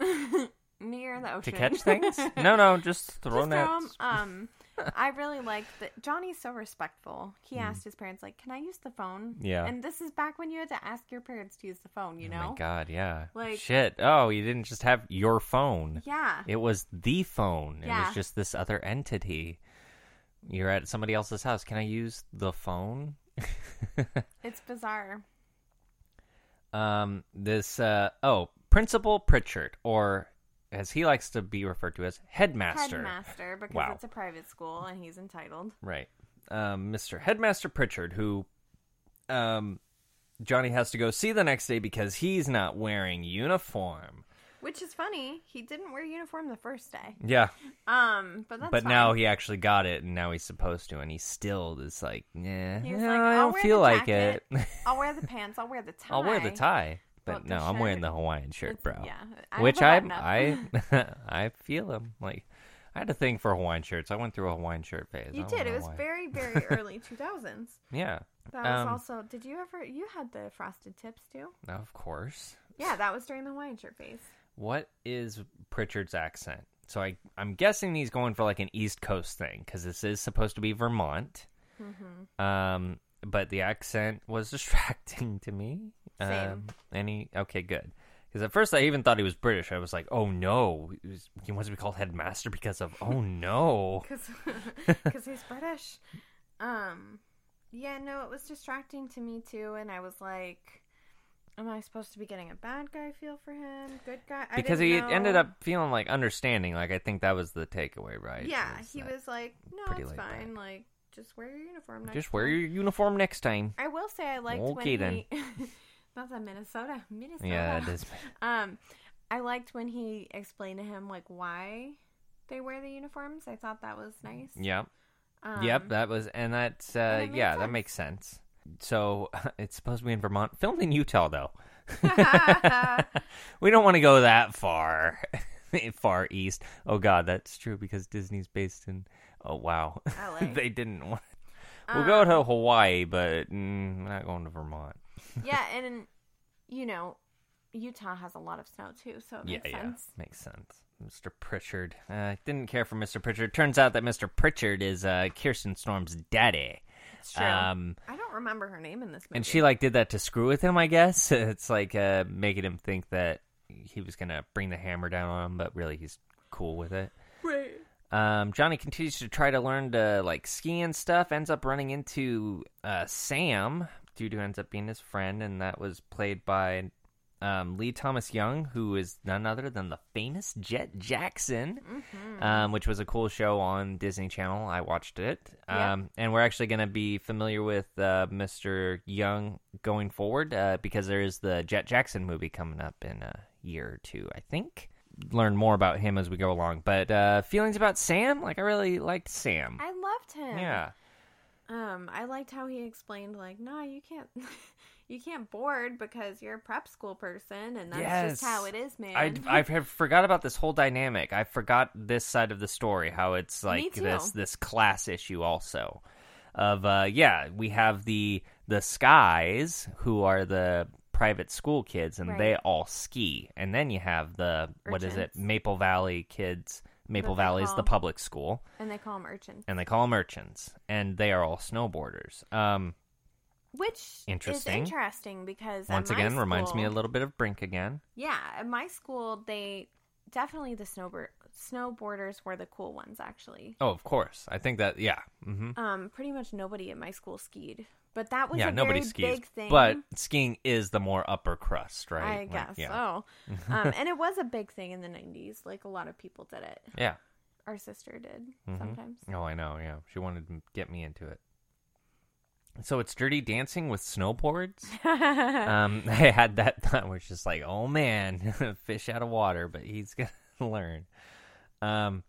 S2: near the
S1: to
S2: (laughs) ocean
S1: catch things? No, no, just throw
S2: Just
S1: nets.
S2: throw 'em. Um, I really like that Johnny's so respectful. He asked his parents, like, "Can I use the phone?"
S1: Mm-hmm. Yeah.
S2: And this is back when you had to ask your parents to use the phone. You
S1: Oh
S2: know?
S1: my god, yeah.
S2: Like-
S1: shit. Oh, you didn't just have your phone.
S2: Yeah.
S1: It was the phone. It
S2: Yeah.
S1: was just this other entity. You're at somebody else's house. Can I use the phone?
S2: It's bizarre.
S1: um this uh oh, Principal Pritchard or as he likes to be referred to as headmaster.
S2: Headmaster, because
S1: Wow.
S2: it's a private school and he's entitled.
S1: Right. Um, Mr. Headmaster Pritchard, who um, Johnny has to go see the next day because he's not wearing uniform.
S2: Which is funny. He didn't wear uniform the first day.
S1: Yeah.
S2: Um, but that's
S1: but
S2: fine.
S1: now he actually got it and now he's supposed to and he still is like, nah,
S2: He was
S1: no,
S2: like,
S1: I
S2: "I'll
S1: don't
S2: wear
S1: feel
S2: the
S1: like
S2: jacket,
S1: it.
S2: I'll wear the pants. I'll wear the tie.
S1: (laughs) I'll wear the tie. But
S2: But the
S1: no, I'm wearing
S2: shirt-
S1: the Hawaiian shirt,
S2: It's-
S1: bro.
S2: yeah, I
S1: Which I
S2: have a
S1: I
S2: button (laughs)
S1: I (laughs) feel him like I had a thing for Hawaiian shirts. I went through a Hawaiian shirt
S2: (laughs)
S1: phase. I
S2: You
S1: don't
S2: did.
S1: know
S2: It was
S1: why.
S2: very,
S1: (laughs)
S2: very early 2000s.
S1: Yeah.
S2: That was
S1: Um,
S2: also. Did you ever? You had the frosted tips too.
S1: Of course.
S2: Yeah, that was during the Hawaiian shirt phase.
S1: What is Pritchard's accent? So I, I'm guessing he's going for like an East Coast thing because this is supposed to be Vermont.
S2: Mm-hmm.
S1: Um, but the accent was (laughs) distracting to me.
S2: Same.
S1: Um, any okay, good. Because at first I even thought he was British. I was like, oh no, he was- he wants to be called headmaster because of oh no.
S2: because he's British. Um, yeah, no, it was distracting to me too, and I was like, "Am I supposed to be getting a bad guy feel for him? Good guy?" (laughs) I
S1: Because
S2: didn't
S1: he
S2: know.
S1: ended up feeling like understanding. Like I think that was the takeaway, right?
S2: Yeah, he
S1: that-
S2: was like, "No,
S1: pretty
S2: it's
S1: laid back.
S2: fine. Like, just wear your uniform." Next
S1: Just wear
S2: time."
S1: your uniform next time.
S2: (laughs) I will say I liked
S1: Okay,
S2: when
S1: then.
S2: (laughs) he. That's a Minnesota. Minnesota.
S1: Yeah, it is.
S2: Um, I liked when he explained to him like why they wear the uniforms. I thought that was nice.
S1: Yeah.
S2: Um,
S1: Yep, that was, and that's,
S2: and
S1: uh,
S2: it makes
S1: yeah, that
S2: sense.
S1: makes sense. So (laughs) it's supposed to be in Vermont, filmed in Utah,
S2: (laughs)
S1: though. (laughs) we don't want to go that far, (laughs) far east. Oh God, that's true because Disney's based in. Oh wow, (laughs)
S2: LA.
S1: they didn't want. We'll go
S2: Um,
S1: to Hawaii, but mm, we're not going to Vermont.
S2: (laughs) yeah, and you know, Utah has a lot of snow too, so it
S1: Yeah,
S2: makes sense.
S1: yeah, makes sense. Mr. Pritchard, uh, didn't care for Mr. Pritchard. Turns out that Mr. Pritchard is uh, Kirsten Storm's daddy.
S2: It's true.
S1: Um,
S2: I don't remember her name in this movie.
S1: And she like did that to screw with him, I guess. (laughs) It's like uh, making him think that he was gonna bring the hammer down on him, but really he's cool with it.
S2: right.
S1: Um, Johnny continues to try to learn to like ski and stuff. Ends up running into uh, Sam. Dudu ends up being his friend, and that was played by um, Lee Thomas Young, who is none other than the famous Jet Jackson, um, which was a cool show on Disney Channel. I watched it,
S2: Yeah.
S1: um, and we're actually going to be familiar with uh, Mr. Young going forward uh, because there is the Jet Jackson movie coming up in a year or two, I think. Learn more about him as we go along, but uh, feelings about Sam? Like I really liked Sam.
S2: I loved him.
S1: yeah,
S2: Um, I liked how he explained like, "Nah, you can't (laughs) you can't board because you're a prep school person, and that's
S1: Yes.
S2: just how it is, man.
S1: I I have forgot about this whole dynamic. I forgot this side of the story. How it's like
S2: too.
S1: this this class issue also. Of uh, yeah, we have the the skies who are the private school kids, and
S2: Right.
S1: they all ski. And then you have the what is it,
S2: Urchins.
S1: Maple Valley kids. Maple
S2: they
S1: Valley is
S2: call-
S1: the public school,
S2: (laughs) and they call them urchins,
S1: and they call them urchins, and they are all snowboarders. Um,
S2: which
S1: Interesting.
S2: is interesting because at
S1: once
S2: my
S1: again, reminds me a
S2: school-
S1: little bit of Brink again.
S2: Yeah, at my school, they definitely the snowboard snowboarders were the cool ones. Actually,
S1: Oh, of course. I think that yeah. hmm
S2: um, pretty much nobody at my school skied, but that was
S1: yeah,
S2: a
S1: nobody
S2: very
S1: skis,
S2: big thing.
S1: but skiing is the more upper crust, right?
S2: I
S1: Like,
S2: guess
S1: yeah. (laughs)
S2: so. Um, and it was a big thing in the '90s. Like a lot of people did it.
S1: Yeah.
S2: Our sister did
S1: Mhm. (laughs)
S2: sometimes. (laughs)
S1: Oh, I know. Yeah, she wanted to get me into it. So it's Dirty Dancing with snowboards.
S2: (laughs)
S1: um, (laughs) I had that thought where it's just like, oh man, (laughs) fish out of water, but he's gonna (laughs) learn. Um,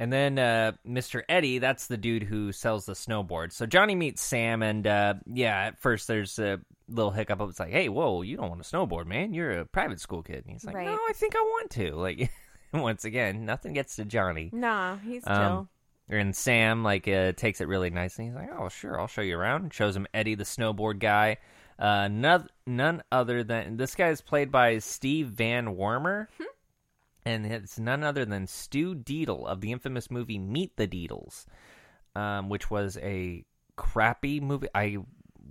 S1: and then uh, Mr. Eddie, that's the dude who sells the snowboard. So Johnny meets Sam, and uh, yeah, at first there's a little hiccup. It's like, hey, whoa, you don't want to snowboard, man. You're a private school kid. And he's like,
S2: Right.
S1: no, I think I want to. Like, (laughs) once again, nothing gets to Johnny.
S2: No, he's chill.
S1: Um, and Sam like uh, takes it really nicely. He's like, "Oh, sure, I'll show you around." Shows him Eddie, the snowboard guy. Uh, none, none other than this guy is played by Steve Van Warmer, and it's none other than Stu Deedle of the infamous movie Meet the Deedles, um, which was a crappy movie. I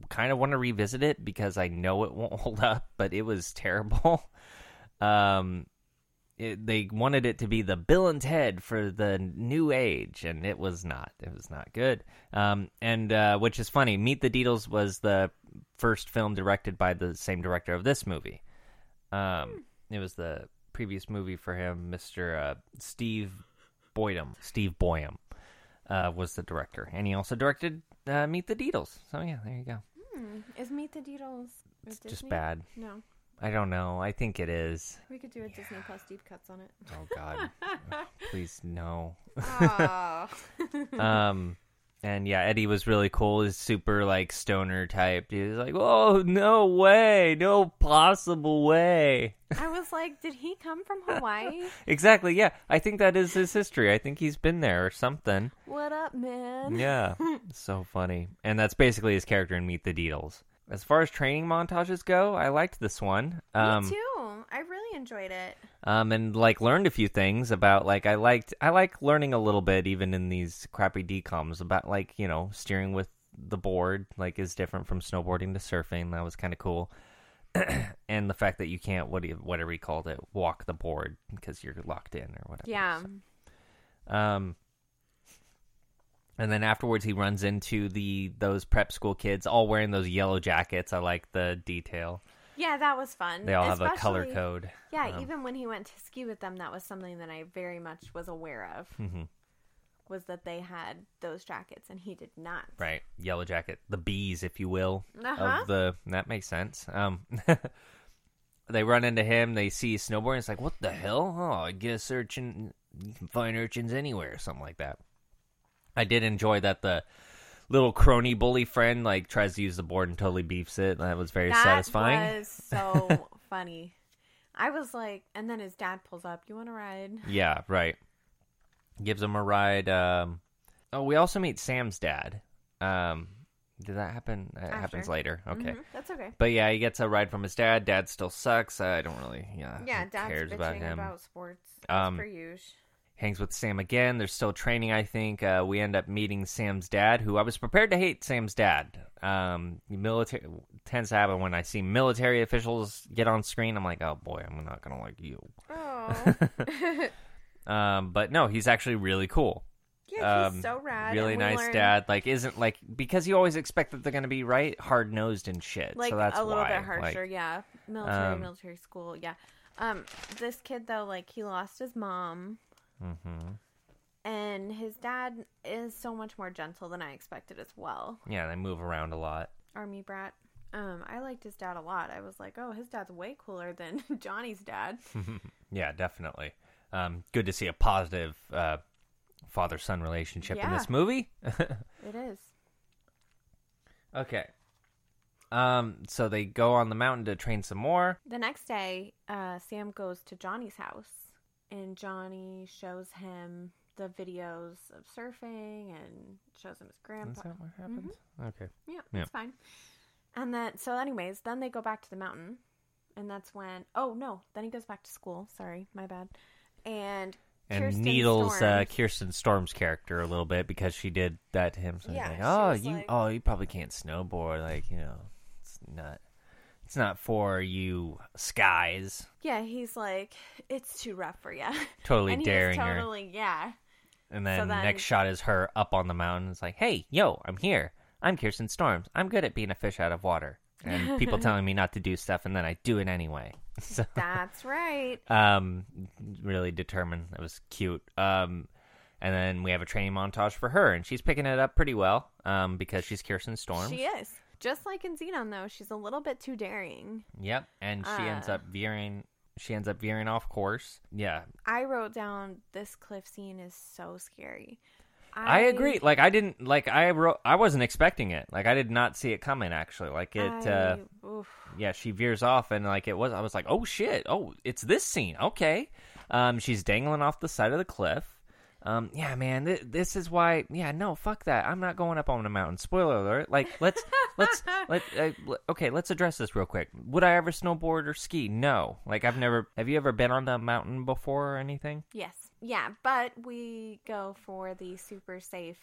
S1: kind of want to revisit it because I know it won't (laughs) hold up, but it was terrible. (laughs) Um, it, they wanted it to be the Bill and Ted for the new age, and it was not. It was not good. Um, and uh, which is funny. Meet the Deedles was the first film directed by the same director of this movie. Um, it was the previous movie for him, Mister uh, Steve Boydum. Steve Boyum uh, was the director, and he also directed uh, Meet the Deedles. So yeah, there you go.
S2: Hmm. Is Meet the Deedles? or
S1: It's just
S2: Disney?
S1: bad.
S2: No,
S1: I don't know. I think it is.
S2: we could do a Disney Plus deep
S1: (laughs)
S2: cuts on it.
S1: Oh God, please no.
S2: Oh.
S1: um and yeah eddie was really cool he's super like stoner type he was like oh no way no possible way
S2: I was like, did he come
S1: (laughs)
S2: from Hawaii?
S1: exactly yeah i think that is his history i think he's been there or something
S2: What up, man?
S1: yeah so funny and that's basically his character in meet the deedles as far as training montages go i liked this one um
S2: Me too. I really enjoyed it.
S1: um and like learned a few things about like i liked i like learning a little bit even in these crappy decoms about like you know steering with the board like is different from snowboarding to surfing that was kind of cool (clears throat) and the fact that you can't what do you, whatever he called it walk the board because you're locked in or whatever
S2: Yeah.
S1: um, and then afterwards, he runs into the those prep school kids, all wearing those yellow jackets. I like the detail.
S2: Yeah, that was fun.
S1: They all have a color
S2: Especially-
S1: code.
S2: Yeah,
S1: Um,
S2: even when he went to ski with them, that was something that I very much was aware of.
S1: Mhm.
S2: Was that they had those jackets and he did not.
S1: Right, yellow jacket, the bees, if you will,
S2: Uh-huh.
S1: of the. That makes sense. Um, (laughs) they run into him. They see snowboarding. It's like, what the hell? Oh, I guess urchin. You can find urchins anywhere, or something like that. I did enjoy that the little crony bully friend like tries to use the board and totally beefs it. That was very
S2: that
S1: satisfying. (laughs)
S2: was so funny. I was like, and then his dad pulls up. You want to ride?
S1: Yeah, right. Gives him a ride. Um, oh, we also meet Sam's dad. Um, did that happen? It happens
S2: After.
S1: later. Okay.
S2: Mhm, that's okay.
S1: But yeah, he gets a ride from his dad. Dad still sucks. I don't really. Yeah.
S2: Yeah,
S1: Uh, who
S2: dad's
S1: cares
S2: bitching
S1: about
S2: about,
S1: him.
S2: sports
S1: Um,
S2: as per usual.
S1: Hangs with Sam again. They're still training. I think uh, we end up meeting Sam's dad, who I was prepared to hate. Sam's dad. Um, military tends to happen when I see military officials get on screen. I'm like, oh boy, I'm not gonna like you. (laughs)
S2: Oh,
S1: Um, but no, he's actually really cool.
S2: yeah,
S1: Um,
S2: he's so rad.
S1: Really
S2: and we
S1: nice
S2: learned,
S1: dad. Like isn't like because you always expect that they're gonna be right, hard nosed and shit.
S2: Like
S1: so that's
S2: a little
S1: why.
S2: bit harsher,
S1: Like,
S2: yeah. Military,
S1: um,
S2: military school, yeah. Um, this kid though, like he lost his mom,
S1: mhm.
S2: and his dad is so much more gentle than I expected as well.
S1: Yeah, they move around a lot.
S2: Army brat. Um, I liked his dad a lot. I was like, oh, his dad's way cooler than (laughs) Johnny's dad.
S1: Yeah, definitely. Um, good to see a positive uh, father son relationship in
S2: Yeah.
S1: this movie.
S2: It is.
S1: okay. Um, so they go on the mountain to train some more.
S2: The next day, uh, Sam goes to Johnny's house, and Johnny shows him the videos of surfing and shows him his
S1: Is
S2: grandpa.
S1: that what happens? Okay.
S2: Yeah,
S1: Yeah.
S2: it's fine. And then, so, anyways, then they go back to the mountain, and that's when. Oh no, then he goes back to school. Sorry, my bad. And
S1: And
S2: Kirsten
S1: needles uh,
S2: Storm-
S1: Kirsten Storm's character a little bit because she did that to him. So he's
S2: Yeah,
S1: like,
S2: she
S1: oh,
S2: was
S1: you,
S2: like-
S1: oh, you probably can't snowboard. Like, you know, it's not, it's not for you skies.
S2: yeah, he's like, it's too rough for you.
S1: Totally
S2: (laughs) and he is
S1: daring her.
S2: totally, yeah.
S1: And then,
S2: then-
S1: next shot is her up on the mountain. It's like, hey, yo, I'm here. I'm Kirsten Storms. I'm good at being a fish out of water.
S2: (laughs)
S1: And people telling me not to do stuff, and then I do it anyway. (laughs) So,
S2: That's right.
S1: um, really determined. That was cute. Um, and then we have a training montage for her, and she's picking it up pretty well. Um, because she's Kirsten Storms.
S2: She is. Just like in Xenon, though, she's a little bit too daring.
S1: Yep. And she ends
S2: Uh.
S1: up veering. She ends up veering off course. Yeah,
S2: I wrote down this cliff scene is so scary.
S1: I agree. Like I didn't like I wrote. I wasn't expecting it. Like I did not see it coming. Actually, like it. uh
S2: I- oof.
S1: yeah, she veers off and like it was I was like, "Oh shit. Oh, it's this scene. Okay." Um she's dangling off the side of the cliff. Um yeah, man, th- this is why yeah, no, fuck that. I'm not going up on a mountain. Spoiler alert. Like let's
S2: (laughs)
S1: let's let uh, l- okay, let's address this real quick. Would I ever snowboard or ski? No. Like I've never Have you ever been on a mountain before or anything?
S2: yes, yeah, but we go for the super safe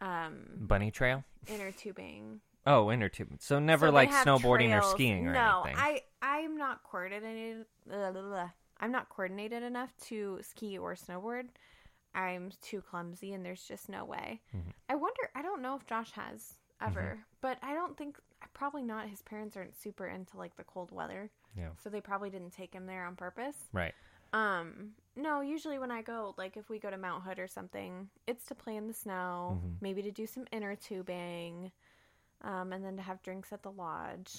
S2: um
S1: Bunny trail?
S2: inner tubing.
S1: Oh, inner tube. So never
S2: So they
S1: like
S2: have
S1: snowboarding
S2: trails.
S1: or skiing or
S2: no,
S1: anything.
S2: I I'm not coordinated. blah, blah, blah. I'm not coordinated enough to ski or snowboard. I'm too clumsy, and there's just no way.
S1: Mm-hmm.
S2: I wonder. I don't know if Josh has ever, but I don't think probably not. His parents aren't super into like the cold weather,
S1: Yeah.
S2: so they probably didn't take him there on purpose.
S1: Right.
S2: Um, no, usually when I go, like if we go to Mount Hood or something, it's to play in the snow,
S1: Mm-hmm.
S2: maybe to do some inner tubing, um, and then to have drinks at the lodge.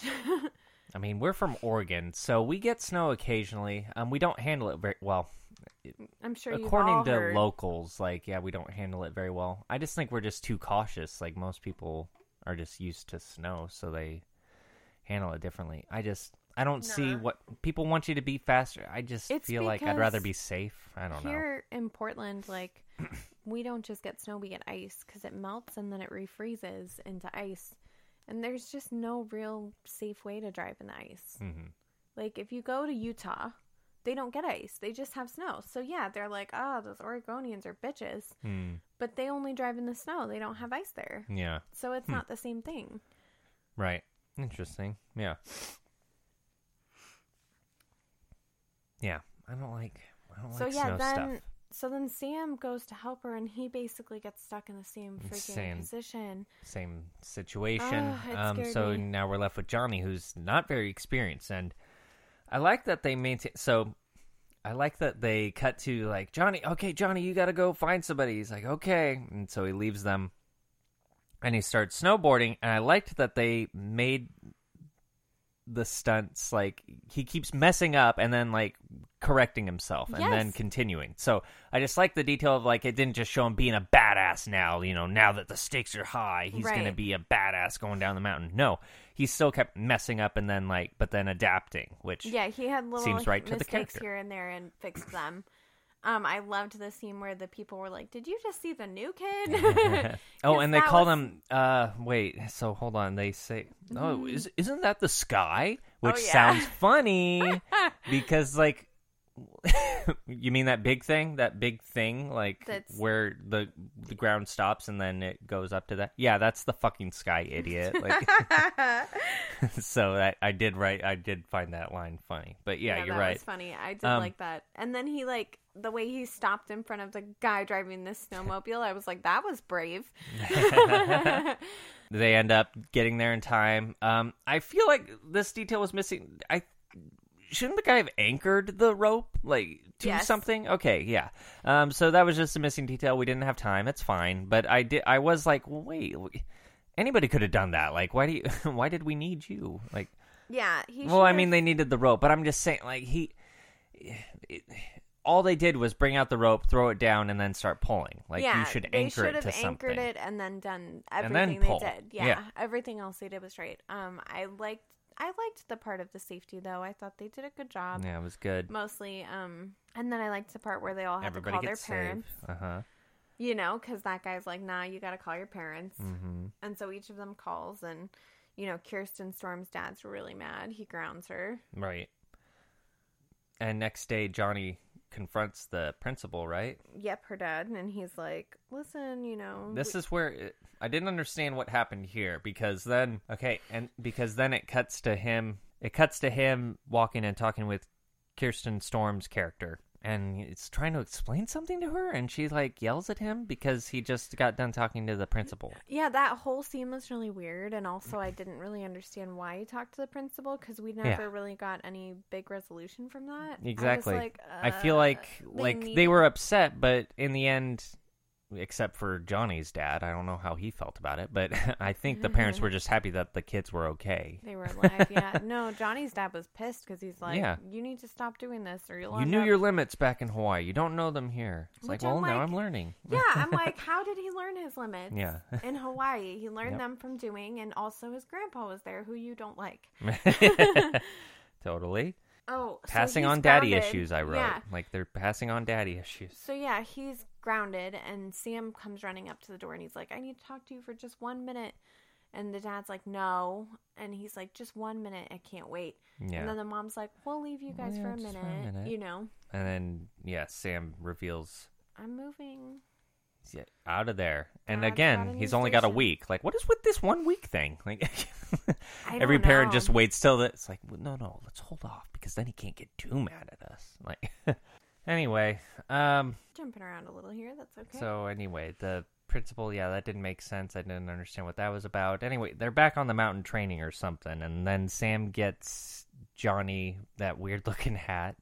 S2: (laughs)
S1: I mean, we're from Oregon, so we get snow occasionally. Um, we don't handle it very well.
S2: I'm sure you've all
S1: According to
S2: heard.
S1: locals, like yeah, we don't handle it very well. I just think we're just too cautious. Like most people are just used to snow, so they handle it differently. I just I don't see
S2: Nah.
S1: what people want you to be faster. I just
S2: It's
S1: feel like I'd rather
S2: because
S1: be safe. I don't know.
S2: here in
S1: (clears throat)
S2: Portland, like we don't just get snow, we get ice because it melts and then it refreezes into ice. And there's just no real safe way to drive in the ice.
S1: Mm-hmm.
S2: Like if you go to Utah, they don't get ice; they just have snow. So yeah, they're like, oh, those Oregonians are bitches, but they only drive in the snow. They don't have ice there,
S1: Hmm. Yeah.
S2: so it's not the same thing.
S1: Right. Interesting. Yeah. Yeah. I don't like. I don't
S2: so
S1: like
S2: yeah,
S1: snow
S2: then
S1: stuff.
S2: so then Sam goes to help her, and he basically gets stuck in the same freaking
S1: Same.
S2: position.
S1: same situation.
S2: Ah, it
S1: um,
S2: scared
S1: so
S2: me.
S1: now we're left with Johnny, who's not very experienced, and I like that they maintain. So I like that they cut to like Johnny. Okay, Johnny, you got to go find somebody. He's like, okay, and so he leaves them, and he starts snowboarding. And I liked that they made the stunts like he keeps messing up and then like correcting himself and then
S2: Yes.
S1: continuing. So I just like the detail of like it didn't just show him being a badass now, you know, now that the stakes are high, he's going to
S2: Right.
S1: be a badass going down the mountain. No, he still kept messing up and then like but then adapting, which
S2: Yeah, he had little
S1: Seems right to the
S2: mistakes
S1: character.
S2: here and there and fixed them. Um, I loved the scene where the people were like, "Did you just see the new kid?"
S1: (laughs)
S2: (laughs)
S1: Oh,
S2: 'Cause
S1: and they
S2: that
S1: call
S2: was-
S1: them uh wait, so hold on, they say Oh, is isn't that the sky? Which
S2: Mm-hmm. Oh, yeah.
S1: sounds
S2: (laughs)
S1: funny because like (laughs) you mean that big thing? That big thing like
S2: That's-
S1: where the the ground stops and then it goes up to that? Yeah, that's the fucking sky, idiot.
S2: (laughs)
S1: Like (laughs) so that I did write I did find that line funny. But yeah, you're
S2: that
S1: right.
S2: Was funny, I did
S1: Um,
S2: like that. And then he like the way he stopped in front of the guy driving the
S1: (laughs)
S2: snowmobile. I was like, "That was brave." (laughs)
S1: they end up getting there in time. Um, I feel like this detail was missing. I shouldn't the guy have anchored the rope like to
S2: Yes.
S1: something? Okay, yeah. Um, so that was just a missing detail. We didn't have time. It's fine, but I did. I was like, well, wait, w- anybody could have done that. Like, why do you? (laughs) why did we need you? Like,
S2: Yeah, he.
S1: well, I
S2: should've-
S1: mean, they needed the rope, but I'm just saying, like he. It, all they did was bring out the rope, throw it down, and then start pulling. Like
S2: yeah,
S1: you should
S2: they
S1: anchor
S2: should
S1: it
S2: have
S1: to
S2: anchored
S1: something.
S2: it and then done
S1: And
S2: everything
S1: then pull.
S2: they did. Yeah,
S1: Yeah.
S2: everything else they did was great. Um, I liked I liked the part of the safety though. I thought they did a good job
S1: Yeah, it was good.
S2: mostly. Um, and then I liked the part where they all had
S1: Everybody
S2: to call their
S1: gets saved.
S2: parents.
S1: Uh huh.
S2: You know, because that guy's like, "Nah, you got to call your parents."
S1: Mm-hmm.
S2: And so each of them calls, and you know, Kirsten Storm's dad's really mad. He grounds her.
S1: Right. And next day, Johnny confronts the principal. Right.
S2: Yep, her dad, and he's like, "Listen, you know,
S1: This is where it, I didn't understand what happened here because then okay, and because then it cuts to him. It cuts to him walking and talking with Kirsten Storm's character, and it's trying to explain something to her, and she like yells at him because he just got done talking to the principal.
S2: Yeah, that whole scene was really weird, and also I didn't really understand why he talked to the principal because we never really got any big resolution from that. I was
S1: Exactly. I,
S2: like,
S1: feel
S2: uh,
S1: like like they
S2: need-
S1: were upset, but in the end, except for Johnny's dad, I don't know how he felt about it, but (laughs) I think the parents were just happy that the kids were okay.
S2: they were alive. Yeah, no, Johnny's dad was pissed because he's
S1: (laughs)
S2: like,
S1: Yeah.
S2: "You need to stop doing this, or you'll."
S1: You
S2: end
S1: knew
S2: up-
S1: your limits back in Hawaii. You don't know them here. It's like,
S2: Which
S1: well,
S2: I'm
S1: now
S2: like-
S1: I'm learning. (laughs)
S2: Yeah, (laughs) I'm like, how did he learn his limits?
S1: Yeah. (laughs)
S2: in Hawaii, he learned
S1: Yep.
S2: them from doing, and also his grandpa was there, who you don't like.
S1: totally.
S2: Oh, so
S1: Passing
S2: he's
S1: on daddy
S2: grounded.
S1: issues, I wrote.
S2: Yeah.
S1: Like, they're passing on daddy issues.
S2: So yeah, he's grounded, and Sam comes running up to the door, and he's like, "I need to talk to you for just one minute." And the dad's like, "No," and he's like, "Just one minute, I can't wait."
S1: Yeah.
S2: And then the mom's like, "We'll leave you guys
S1: Yeah,
S2: for, a
S1: just
S2: minute.
S1: for a minute.
S2: You know,
S1: And then, yeah, Sam reveals
S2: I'm moving.
S1: "Yeah, out of there. And
S2: Dad's got a
S1: again,
S2: new
S1: he's only got a
S2: station.
S1: week. Like, what is with this one week thing? (laughs) Like,
S2: I
S1: every
S2: don't
S1: parent
S2: know.
S1: just waits till the, it's like, well, no, no, let's hold off because then he can't get too mad at us. Like, (laughs) anyway, um,
S2: jumping around a little here. That's okay.
S1: So anyway, the principal, yeah, that didn't make sense. I didn't understand what that was about. Anyway, they're back on the mountain training or something, and then Sam gets Johnny that weird looking hat,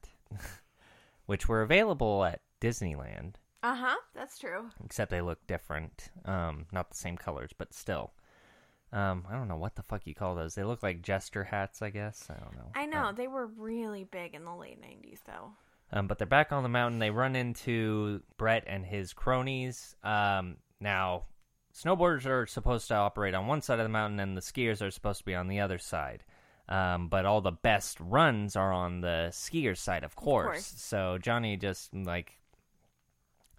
S1: (laughs) which were available at Disneyland,
S2: uh huh, that's true.
S1: except they look different. Um, not the same colors, but still. Um, I don't know what the fuck you call those. They look like jester hats, I guess. I don't know.
S2: I
S1: Um,
S2: know they were really big in the late '90s, though.
S1: um, but they're back on the mountain. They run into Brett and his cronies. Um, now, snowboarders are supposed to operate on one side of the mountain, and the skiers are supposed to be on the other side. Um, but all the best runs are on the skier side, of course.
S2: course.
S1: So Johnny just like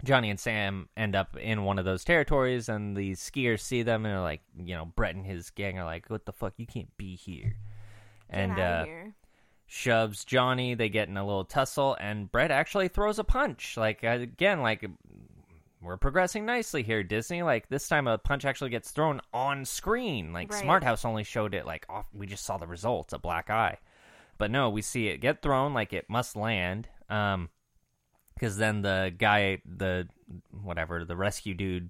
S1: Johnny and Sam end up in one of those territories, and the skiers see them, and they're like, you know, Brett and his gang are like, "What the fuck? You can't be here."
S2: Get
S1: and
S2: outta
S1: uh,
S2: here.
S1: shoves Johnny. They get in a little tussle, and Brett actually throws a punch. Like again, like we're progressing nicely here, Disney. Like this time, a punch actually gets thrown on screen. Like
S2: Right.
S1: Smart House only showed it like off. We just saw the results, a black eye. But no, we see it get thrown. Like it must land. Um, because then the guy, the whatever, the rescue dude,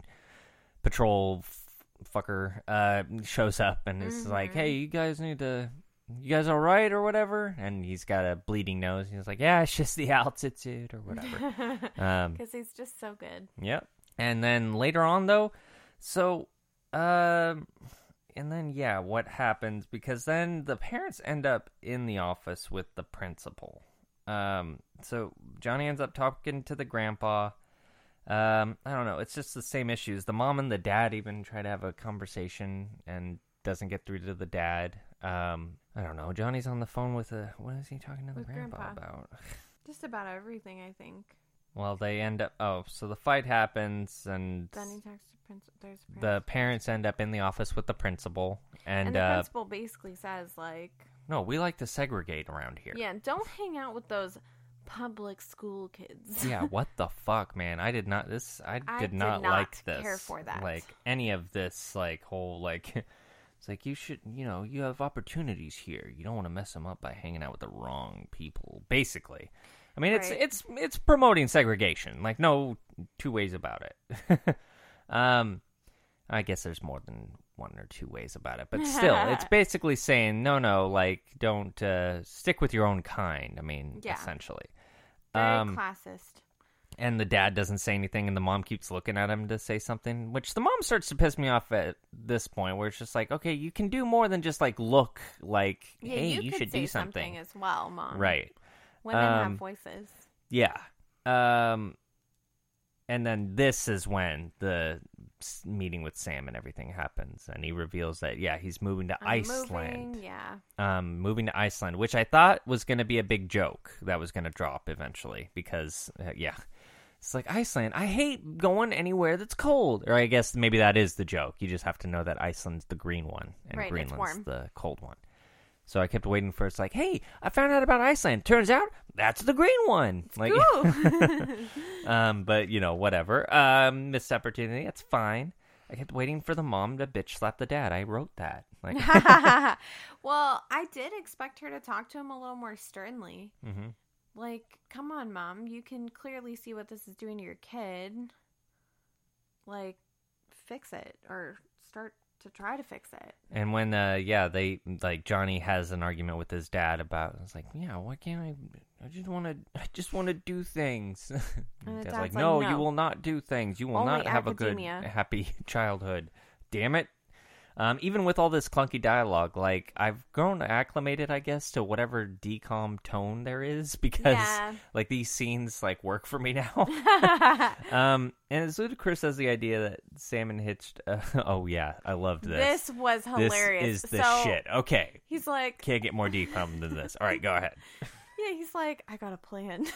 S1: patrol f- fucker, uh, shows up and is like, "Hey, you guys need to." You guys all right or whatever? And he's got a bleeding nose. He's like, "Yeah, it's just the (laughs) altitude or
S2: (laughs)
S1: whatever." um,
S2: Because he's just so good.
S1: Yep. And then later on though, so um and then yeah, what happens because then the parents end up in the office with the principal. Um so Johnny ends up talking to the grandpa. Um I don't know, it's just the same issues. The mom and the dad even try to have a conversation and doesn't get through to the dad. Um I don't know. Johnny's on the phone with a what is he talking to the
S2: With
S1: grandpa,
S2: grandpa.
S1: about?
S2: Just about everything, I think.
S1: Well, they end up oh, so the fight happens and
S2: Then he talks to Prince. There's a
S1: the parents end up in the office with the principal and,
S2: and the
S1: uh
S2: principal basically says like
S1: no we like to segregate around here
S2: yeah don't hang out with those public school kids (laughs)
S1: Yeah, what the fuck man i did not this i did,
S2: I did
S1: not,
S2: not
S1: like this
S2: care for that.
S1: like any of this like whole like (laughs) it's like you should you know you have opportunities here you don't want to mess them up by hanging out with the wrong people basically i mean it's
S2: Right.
S1: it's it's promoting segregation like no two ways about it (laughs) um I guess there's more than one or two ways about it, but still,
S2: (laughs)
S1: it's basically saying no, no, like don't uh, stick with your own kind. I mean,
S2: Yeah.
S1: essentially.
S2: very
S1: um,
S2: classist
S1: And the dad doesn't say anything, and the mom keeps looking at him to say something, which the mom starts to piss me off at this point, where it's just like, okay, you can do more than just like look like,
S2: yeah
S1: hey,
S2: you,
S1: you,
S2: could
S1: should
S2: say
S1: do something,
S2: as well mom
S1: right?
S2: women
S1: um,
S2: have voices
S1: Yeah. Um, and then this is when the s- meeting with Sam and everything happens, and he reveals that yeah, he's moving to
S2: I'm
S1: Iceland.
S2: moving, Yeah.
S1: Um, moving to Iceland, which I thought was going to be a big joke that was going to drop eventually, because uh, yeah, it's like Iceland. I hate going anywhere that's cold. Or I guess maybe that is the joke. You just have to know that Iceland's the green one, and
S2: Right, it's
S1: Greenland's
S2: warm.
S1: the cold one. So I kept waiting for it's like, hey, I found out about Iceland. Turns out that's the green one. Like,
S2: Ooh.
S1: (laughs)
S2: (laughs)
S1: um, but you know, whatever. Um, missed opportunity. That's fine. I kept waiting for the mom to bitch slap the dad. I wrote that.
S2: (laughs)
S1: Like, mm-hmm. (laughs)
S2: well, I did expect her to talk to him a little more sternly.
S1: Mhm.
S2: Like, come on, mom. You can clearly see what this is doing to your kid. Like, fix it or start to try to fix it.
S1: (laughs) and when, uh, yeah, they like Johnny has an argument with his dad about. It's like, yeah, why can't I? I just want to. I just want to do things. (laughs)
S2: And the
S1: Dad's
S2: dad's
S1: like,
S2: like,
S1: no, you
S2: "No.
S1: will not do things. You will
S2: Only
S1: not have a
S2: academia."
S1: good, happy (laughs) childhood. Damn it. Um, even with all this clunky dialogue, like I've grown acclimated, I guess, to whatever decom tone there is (laughs) because
S2: Yeah.
S1: like these scenes like work for me (laughs) now.
S2: (laughs)
S1: um, and it's ludicrous as the idea that Sam and Hitch. (laughs) Uh, oh yeah, I loved this.
S2: this was hilarious.
S1: is the
S2: so
S1: shit. Okay,
S2: He's like,
S1: can't get more decom than this. All right, go
S2: (laughs)
S1: ahead.
S2: yeah, he's like, I got a plan. (laughs)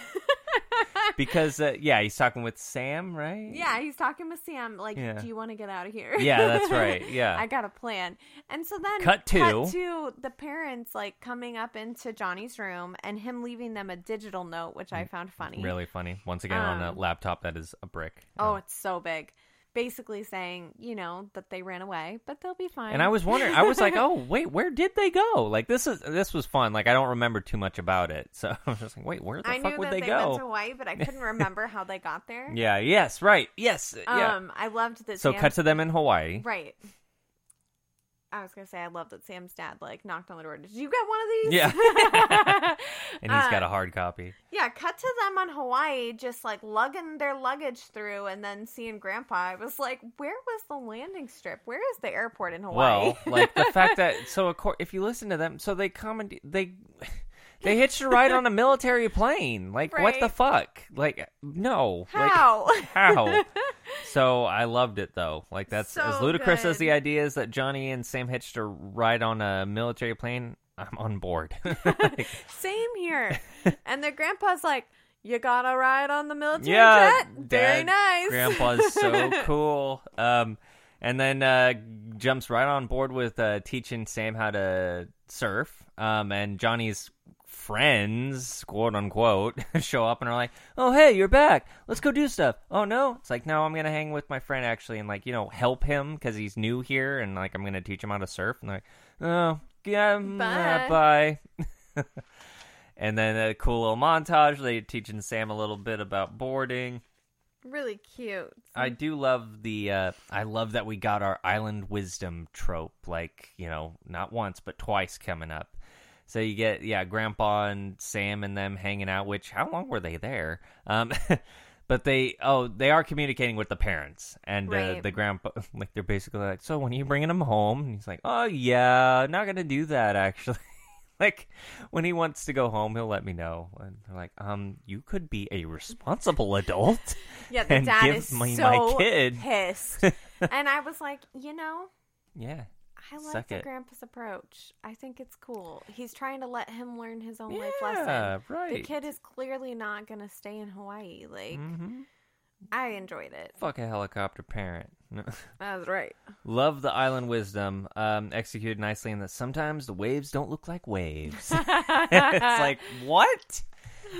S1: Because uh, yeah, he's talking with Sam, right?
S2: Yeah, he's talking with Sam. Like,
S1: Yeah.
S2: do you want to get out of here?
S1: Yeah,
S2: (laughs)
S1: that's right, yeah.
S2: I got a plan. And so then
S1: Cut to-
S2: to the parents like coming up into Johnny's room and him leaving them a digital note, which I found funny.
S1: Mm, Really funny. Once again, on a
S2: Um,
S1: laptop that is a brick. Um,
S2: Oh, it's so big. Basically saying, you know, that they ran away, but they'll be fine.
S1: And I was wondering, I was like, oh wait, where did they go? Like this is this was fun. Like I don't remember too much about it, so (laughs) I was just like, wait, where the
S2: (laughs) I
S1: fuck
S2: knew
S1: would
S2: that
S1: they,
S2: they,
S1: go?
S2: went to Hawaii, but
S1: (laughs)
S2: I couldn't remember how they got there.
S1: yeah. Yes. Right. Yes. yeah.
S2: Um, I loved that.
S1: So
S2: Sam-
S1: cut to them in Hawaii.
S2: right. I was gonna say I love that Sam's dad like knocked on the door. Did you get one of these?
S1: Yeah. (laughs) And he's
S2: Uh,
S1: got a hard copy.
S2: (laughs) Yeah, cut to them on Hawaii, just like lugging their luggage through and then seeing Grandpa. I was like, where was the landing strip? Where is the airport in Hawaii?
S1: Well,
S2: (laughs)
S1: like the fact that so of course, if you listen to them, so they come and they (laughs) they hitched a ride on a military plane. Like what the
S2: Right.
S1: fuck? Like no.
S2: How?
S1: Like,
S2: (laughs)
S1: how? So I loved it though. Like that's as
S2: So
S1: ludicrous as
S2: good.
S1: the idea is that Johnny and Sam hitched a ride on a military plane. I'm on
S2: (laughs)
S1: board. (laughs) Like,
S2: Same
S1: (laughs)
S2: here. and their grandpa's like, you got a ride on the military
S1: yeah,
S2: jet? Very
S1: Dad,
S2: nice.
S1: Grandpa's so cool. Um, and then uh, jumps right on board with uh, teaching Sam how to surf. Um, and Johnny's friends, quote unquote, (laughs) show up and are like, "Oh, hey, you're back. Let's go do stuff." Oh no, it's like, no, I'm gonna hang with my friend actually, and like, you know, help him because he's new here, and like, I'm gonna teach him how to surf. And like, oh, yeah, mm, uh, bye. (laughs) And then a cool little montage. They teaching Sam a little bit about boarding.
S2: (laughs) really cute.
S1: I do love the. Uh, I love that we got our island wisdom trope, like you know, not once but twice coming up. So you get yeah, Grandpa and Sam and them hanging out. Which how long were they there? Um, (laughs) but they oh they are communicating with the parents and uh,
S2: Right.
S1: the grandpa. (laughs) Like they're basically like, so when are you bringing him home? And he's like, oh yeah, not gonna do that actually. (laughs) like when he wants to go home, he'll let me know. And they're like, um, you could be a responsible adult. (laughs)
S2: Yeah, the
S1: and
S2: dad
S1: give
S2: is
S1: me
S2: so
S1: my kid. (laughs)
S2: pissed. and I was like, you know,
S1: Yeah.
S2: I like
S1: Suck
S2: the
S1: it.
S2: grandpa's approach. I think it's cool. He's trying to let him learn his own life lesson.
S1: Yeah,
S2: The
S1: right.
S2: kid is clearly not going to stay in Hawaii. Like,
S1: Mm-hmm.
S2: I enjoyed it.
S1: Fuck a helicopter parent. No. (laughs)
S2: That's right.
S1: Love the island wisdom, um, executed nicely in that sometimes the waves don't look like
S2: (laughs)
S1: waves. (laughs) it's like what?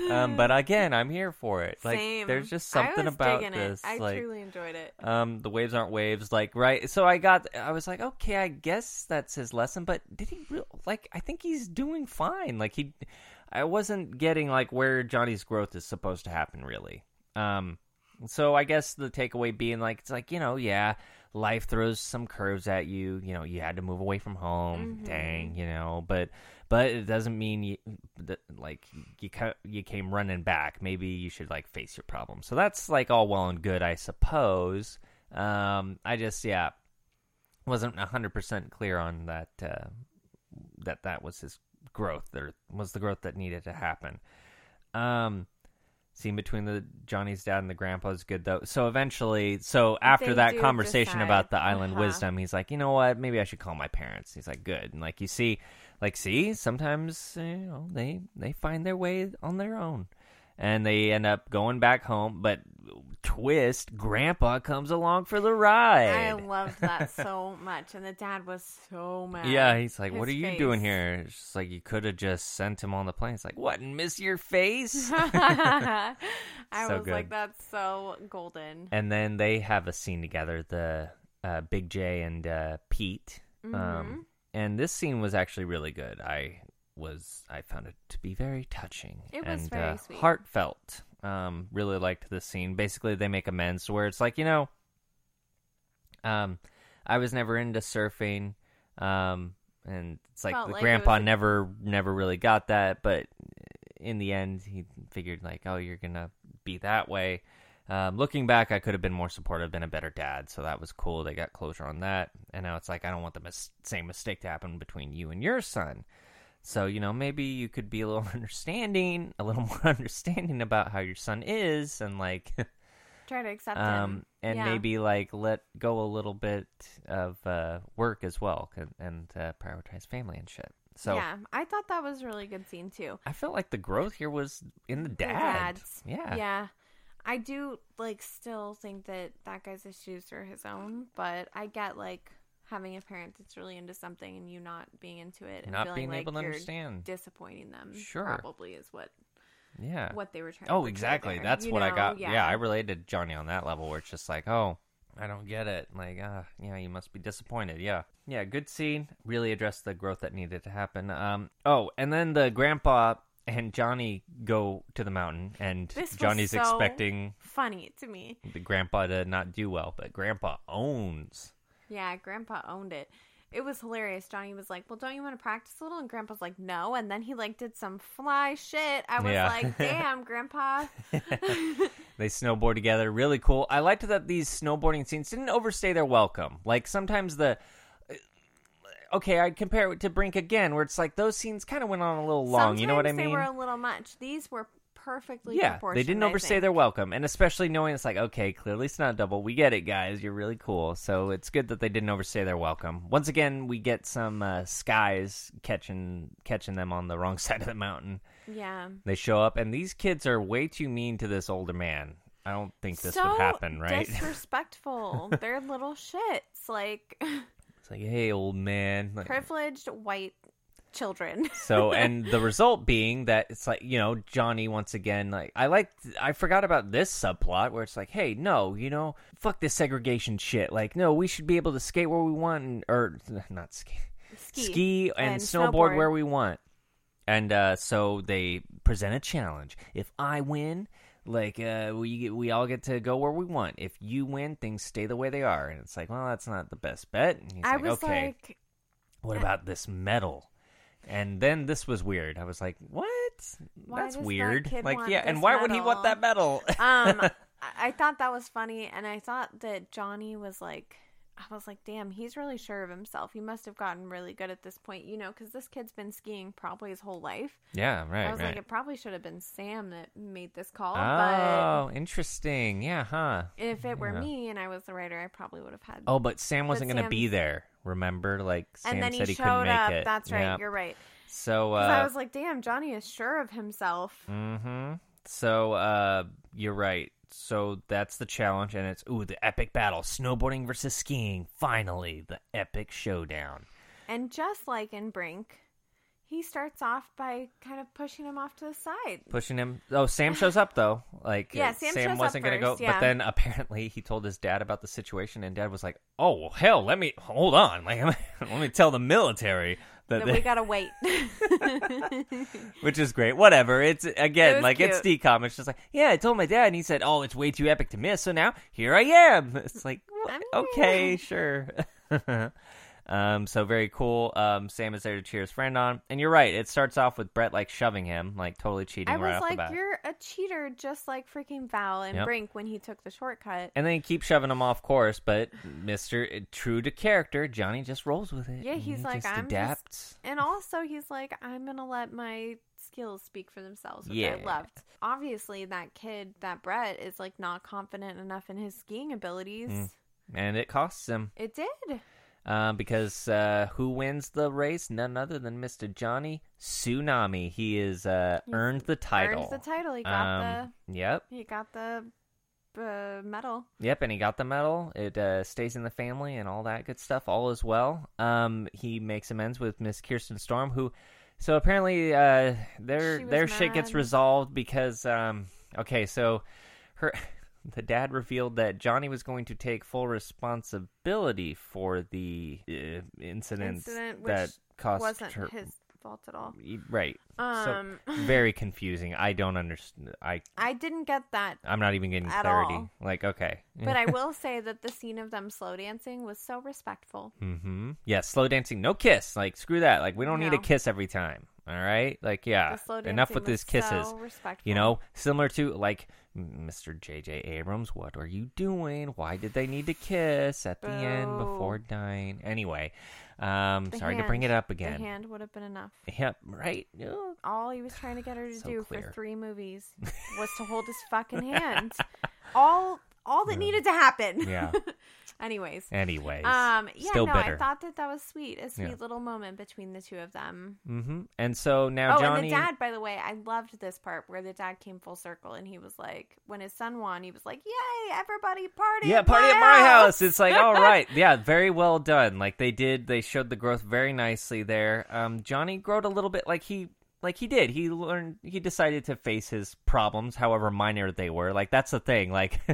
S1: Um, but again, I'm here for it. Like
S2: Same.
S1: there's just
S2: I
S1: something
S2: was
S1: about
S2: digging
S1: this.
S2: It. I
S1: like
S2: truly enjoyed it.
S1: um, the waves aren't waves. Like right. So I got. I was like, okay, I guess that's his lesson. But did he real? Like I think he's doing fine. Like he, I wasn't getting like where Johnny's growth is supposed to happen really. Um, so I guess the takeaway being like it's like you know yeah, life throws some curves at you. You know you had to move away from home. Dang, you know, but but it doesn't mean you that, like you ca- you came running back. Maybe you should like face your problem. So that's like all well and good, I suppose. Um, I just yeah wasn't hundred percent clear on that uh, that that was his growth or was the growth that needed to happen. Um, Scene between the Johnny's dad and the grandpa is good though. So eventually, so after
S2: They
S1: that
S2: do
S1: conversation
S2: decide,
S1: about the island
S2: uh-huh.
S1: wisdom, he's like, you know what? Maybe I should call my parents. He's like, good. And like you see, like see, sometimes you know they they find their way on their own, and they end up going back home. But twist, grandpa comes along for the ride.
S2: I
S1: (laughs)
S2: loved that so much, and the dad was so mad.
S1: Yeah, he's like, "What are
S2: His
S1: you doing
S2: face.
S1: here?" It's just like you could have just sent him on the plane. It's like, "What? And miss your
S2: (laughs)
S1: face?"
S2: I
S1: (laughs) So
S2: was like,
S1: good.
S2: that's so golden.
S1: and then they have a scene together, the uh, Big J and uh, Pete.
S2: Mm-hmm.
S1: Um, and this scene was actually really good. I was I found it to be very touching.
S2: It
S1: and,
S2: was very
S1: uh,
S2: sweet.
S1: heartfelt. Um, really liked this scene. Basically, they make amends to where it's like you know, um, I was never into surfing. Um, and it's like
S2: Felt
S1: the
S2: like it
S1: grandpa
S2: was a-
S1: never never really got that, but in the end, he figured like, oh, you're gonna be that way. Um, looking back, I could have been more supportive, been a better dad, so that was cool. They got closure on that, and now it's like I don't want the mis- same mistake to happen between you and your son. So you know, maybe you could be a little (laughs) understanding, a little more (laughs) understanding about how your son is, and like, (laughs)
S2: Try to accept
S1: um,
S2: him.
S1: and
S2: Yeah.
S1: maybe like let go a little bit of uh, work as well, 'cause- and uh, prioritize family and shit. So
S2: yeah, I thought that was a really good scene too.
S1: I felt like the growth here was in the
S2: The
S1: dad.
S2: dads.
S1: Yeah.
S2: yeah. I do like still think that that guy's issues are his own, but I get like having a parent that's really into something and you not being into it and
S1: Not
S2: feeling
S1: being
S2: like
S1: able to
S2: you're
S1: understand.
S2: disappointing them.
S1: Sure.
S2: probably is what
S1: Yeah.
S2: what they were trying. to
S1: Oh,
S2: portray
S1: exactly.
S2: there,
S1: That's
S2: you
S1: what I
S2: know?
S1: got. Yeah. I related to Johnny on that level where it's just like, oh, I don't get it. Like, ah, yeah, you must be disappointed. Yeah. Yeah, good scene. Really addressed the growth that needed to happen. Um oh, and then the grandpa and Johnny go to the mountain and
S2: This was
S1: Johnny's
S2: so-
S1: expecting
S2: funny to me.
S1: the grandpa to not do well, but grandpa owns.
S2: Yeah, Grandpa owned it. It was hilarious. Johnny was like, "Well, don't you want to practice a little?" And Grandpa's like, "No." And then he like did some fly shit. I was
S1: Yeah. (laughs)
S2: like, "Damn, Grandpa."
S1: They snowboard together. Really cool. I liked that these snowboarding scenes didn't overstay their welcome. Like sometimes the uh, okay, I'd compare it to Brink again, where it's like those scenes kind of went on a little (laughs) long. you know what I
S2: Sometimes
S1: mean?
S2: They were a little much. These were perfectly
S1: yeah, they
S2: proportioned,
S1: didn't
S2: I
S1: overstay
S2: think.
S1: their welcome, and especially knowing it's like okay, clearly it's not double. We get it, guys. You're really cool. So it's good that they didn't overstay their welcome. Once again, we get some uh, skies catching catching them on the wrong (laughs) side of the mountain.
S2: Yeah.
S1: They show up, and these kids are way too mean to this older man. I don't think this would happen, right? (laughs)
S2: disrespectful. They're little shits, like
S1: It's like, hey, old man. Like,
S2: privileged white children. (laughs)
S1: so, and the result being that it's like, you know, Johnny once again, like, I like, I forgot about this subplot where it's like, hey, no, you know, fuck this segregation shit. Like, no, we should be able to skate where we want, and, or (laughs) not skate, ski, and,
S2: and
S1: snowboard
S2: snowboard.
S1: where we want. And uh, so they present a challenge. If I win, like uh, we get- we all get to go where we want. If you win, things stay the way they are. And it's like, well, that's not the best bet. And he's
S2: I
S1: like,
S2: was
S1: okay.
S2: like,
S1: what about this metal? And then this was weird. I was like, what?
S2: Why
S1: That's
S2: does that
S1: weird.
S2: kid
S1: like,
S2: want
S1: yeah, and
S2: this
S1: why would he want
S2: metal?
S1: that metal? (laughs)
S2: um I- I thought that was funny and I thought that Johnny was like I was like damn he's really sure of himself. He must have gotten really good at this point, you know, cuz this kid's been skiing probably his whole life.
S1: yeah, right,
S2: I was
S1: right.
S2: like it probably should have been Sam that made this call,
S1: oh, interesting. Yeah, huh?
S2: but if it were
S1: Yeah.
S2: me and I was the writer, I probably would have had
S1: Oh, but Sam wasn't going to
S2: Sam-
S1: be there. Remember, like Sam
S2: and then
S1: said
S2: he
S1: couldn't
S2: showed
S1: make
S2: up.
S1: it.
S2: That's right.
S1: Yeah.
S2: You're right.
S1: So,
S2: 'Cause I
S1: uh,
S2: was like, "Damn, Johnny is sure of himself."
S1: hmm So uh, you're right. So that's the challenge, and it's ooh the epic battle: snowboarding versus skiing. Finally, the epic showdown.
S2: And just like in Brink, he starts off by kind of pushing him off to the side.
S1: Pushing him. Oh, Sam shows up though. Like
S2: Yeah,
S1: uh,
S2: Sam shows up
S1: wasn't gonna
S2: first,
S1: go, but
S2: yeah.
S1: then apparently he told his dad about the situation, and dad was like, "Oh well, hell, let me hold on. (laughs) Like let me tell the military." That
S2: That
S1: they-
S2: we gotta (laughs) wait.
S1: (laughs) which is great. Whatever. It's again
S2: It was
S1: like it's
S2: cute.
S1: decom. It's just like yeah. I told my dad, and he said, "Oh, it's way too epic to miss." So now here I am. (laughs) It's like wha-
S2: I mean-
S1: okay, sure. (laughs) um, so very cool. Um, Sam is there to cheer his friend on, and you're right. It starts off with Brett like shoving him, like totally cheating
S2: I
S1: right
S2: was
S1: off the
S2: like,
S1: bat.
S2: you're a cheater, just like freaking Val and
S1: Yep.
S2: Brink when he took the shortcut.
S1: And then he keeps shoving him off course, but Mister True to character, Johnny just rolls with it.
S2: Yeah,
S1: and
S2: he's
S1: he
S2: like,
S1: just
S2: "I'm just-
S1: adapts.
S2: And also, he's like, I'm gonna let my skills speak for themselves, which I
S1: Yeah.
S2: loved. Obviously, that kid, that Brett, is like not confident enough in his skiing abilities.
S1: Mm. and it costs him
S2: It did.
S1: uh, because uh, who wins the race? None other than Mr. Johnny Tsunami. He is uh,
S2: He's
S1: earned the title.
S2: Earned the title. He got
S1: Um, Yep,
S2: the he got the uh, medal.
S1: yep, and he got the medal. It uh, stays in the family and all that good stuff. All is well. Um, he makes amends with Miss Kirsten Storm, who. So apparently, uh, their
S2: She was
S1: their shit gets
S2: mad.
S1: resolved because um, okay, so her (laughs) the dad revealed that Johnny was going to take full responsibility for the uh, incidents
S2: Incident, which
S1: that cost
S2: Wasn't
S1: her.
S2: his fault at all.
S1: Y-
S2: (laughs)
S1: Right.
S2: Um,
S1: so very confusing. I don't understand. I
S2: I didn't get
S1: (laughs)
S2: that
S1: I'm not even getting
S2: At
S1: clarity.
S2: all.
S1: Like okay.
S2: but I will say that the scene of them slow dancing was so respectful.
S1: Mm-hmm. Yeah, slow dancing, no kiss. Like screw that. Like we don't need
S2: No.
S1: a kiss every time. All right. Like yeah,
S2: The slow dancing
S1: enough with
S2: was
S1: these kisses.
S2: So respectful.
S1: You know, similar to like Mr. J.J. Abrams. What are you doing? Why did they need to kiss at the end
S2: Boo.
S1: before dying? Anyway, um,
S2: The
S1: sorry to bring it
S2: hand-
S1: up
S2: the
S1: again.
S2: hand would have been enough.
S1: Yep. Right. Ugh.
S2: All he was trying to get her to
S1: So
S2: do
S1: clear.
S2: for three movies
S1: (laughs)
S2: was to hold his fucking hand. all all that needed to happen.
S1: Yeah.
S2: (laughs) Anyways.
S1: Anyways.
S2: Um. Yeah.
S1: still
S2: no,
S1: bitter.
S2: I thought that that was sweet. A sweet
S1: Yeah.
S2: little moment between the two of them.
S1: mm-hmm. And so now
S2: oh,
S1: Johnny.
S2: and the dad, by the way, I loved this part where the dad came full circle and he was like, when his son won, he was like, "Yay, everybody party!
S1: yeah
S2: at
S1: party
S2: my
S1: at my house it's like all
S2: (laughs)
S1: right yeah very well done like they did they showed the growth very nicely there um johnny growed a little bit like he like he did he learned he decided to face his problems however minor they were like that's the thing like (laughs)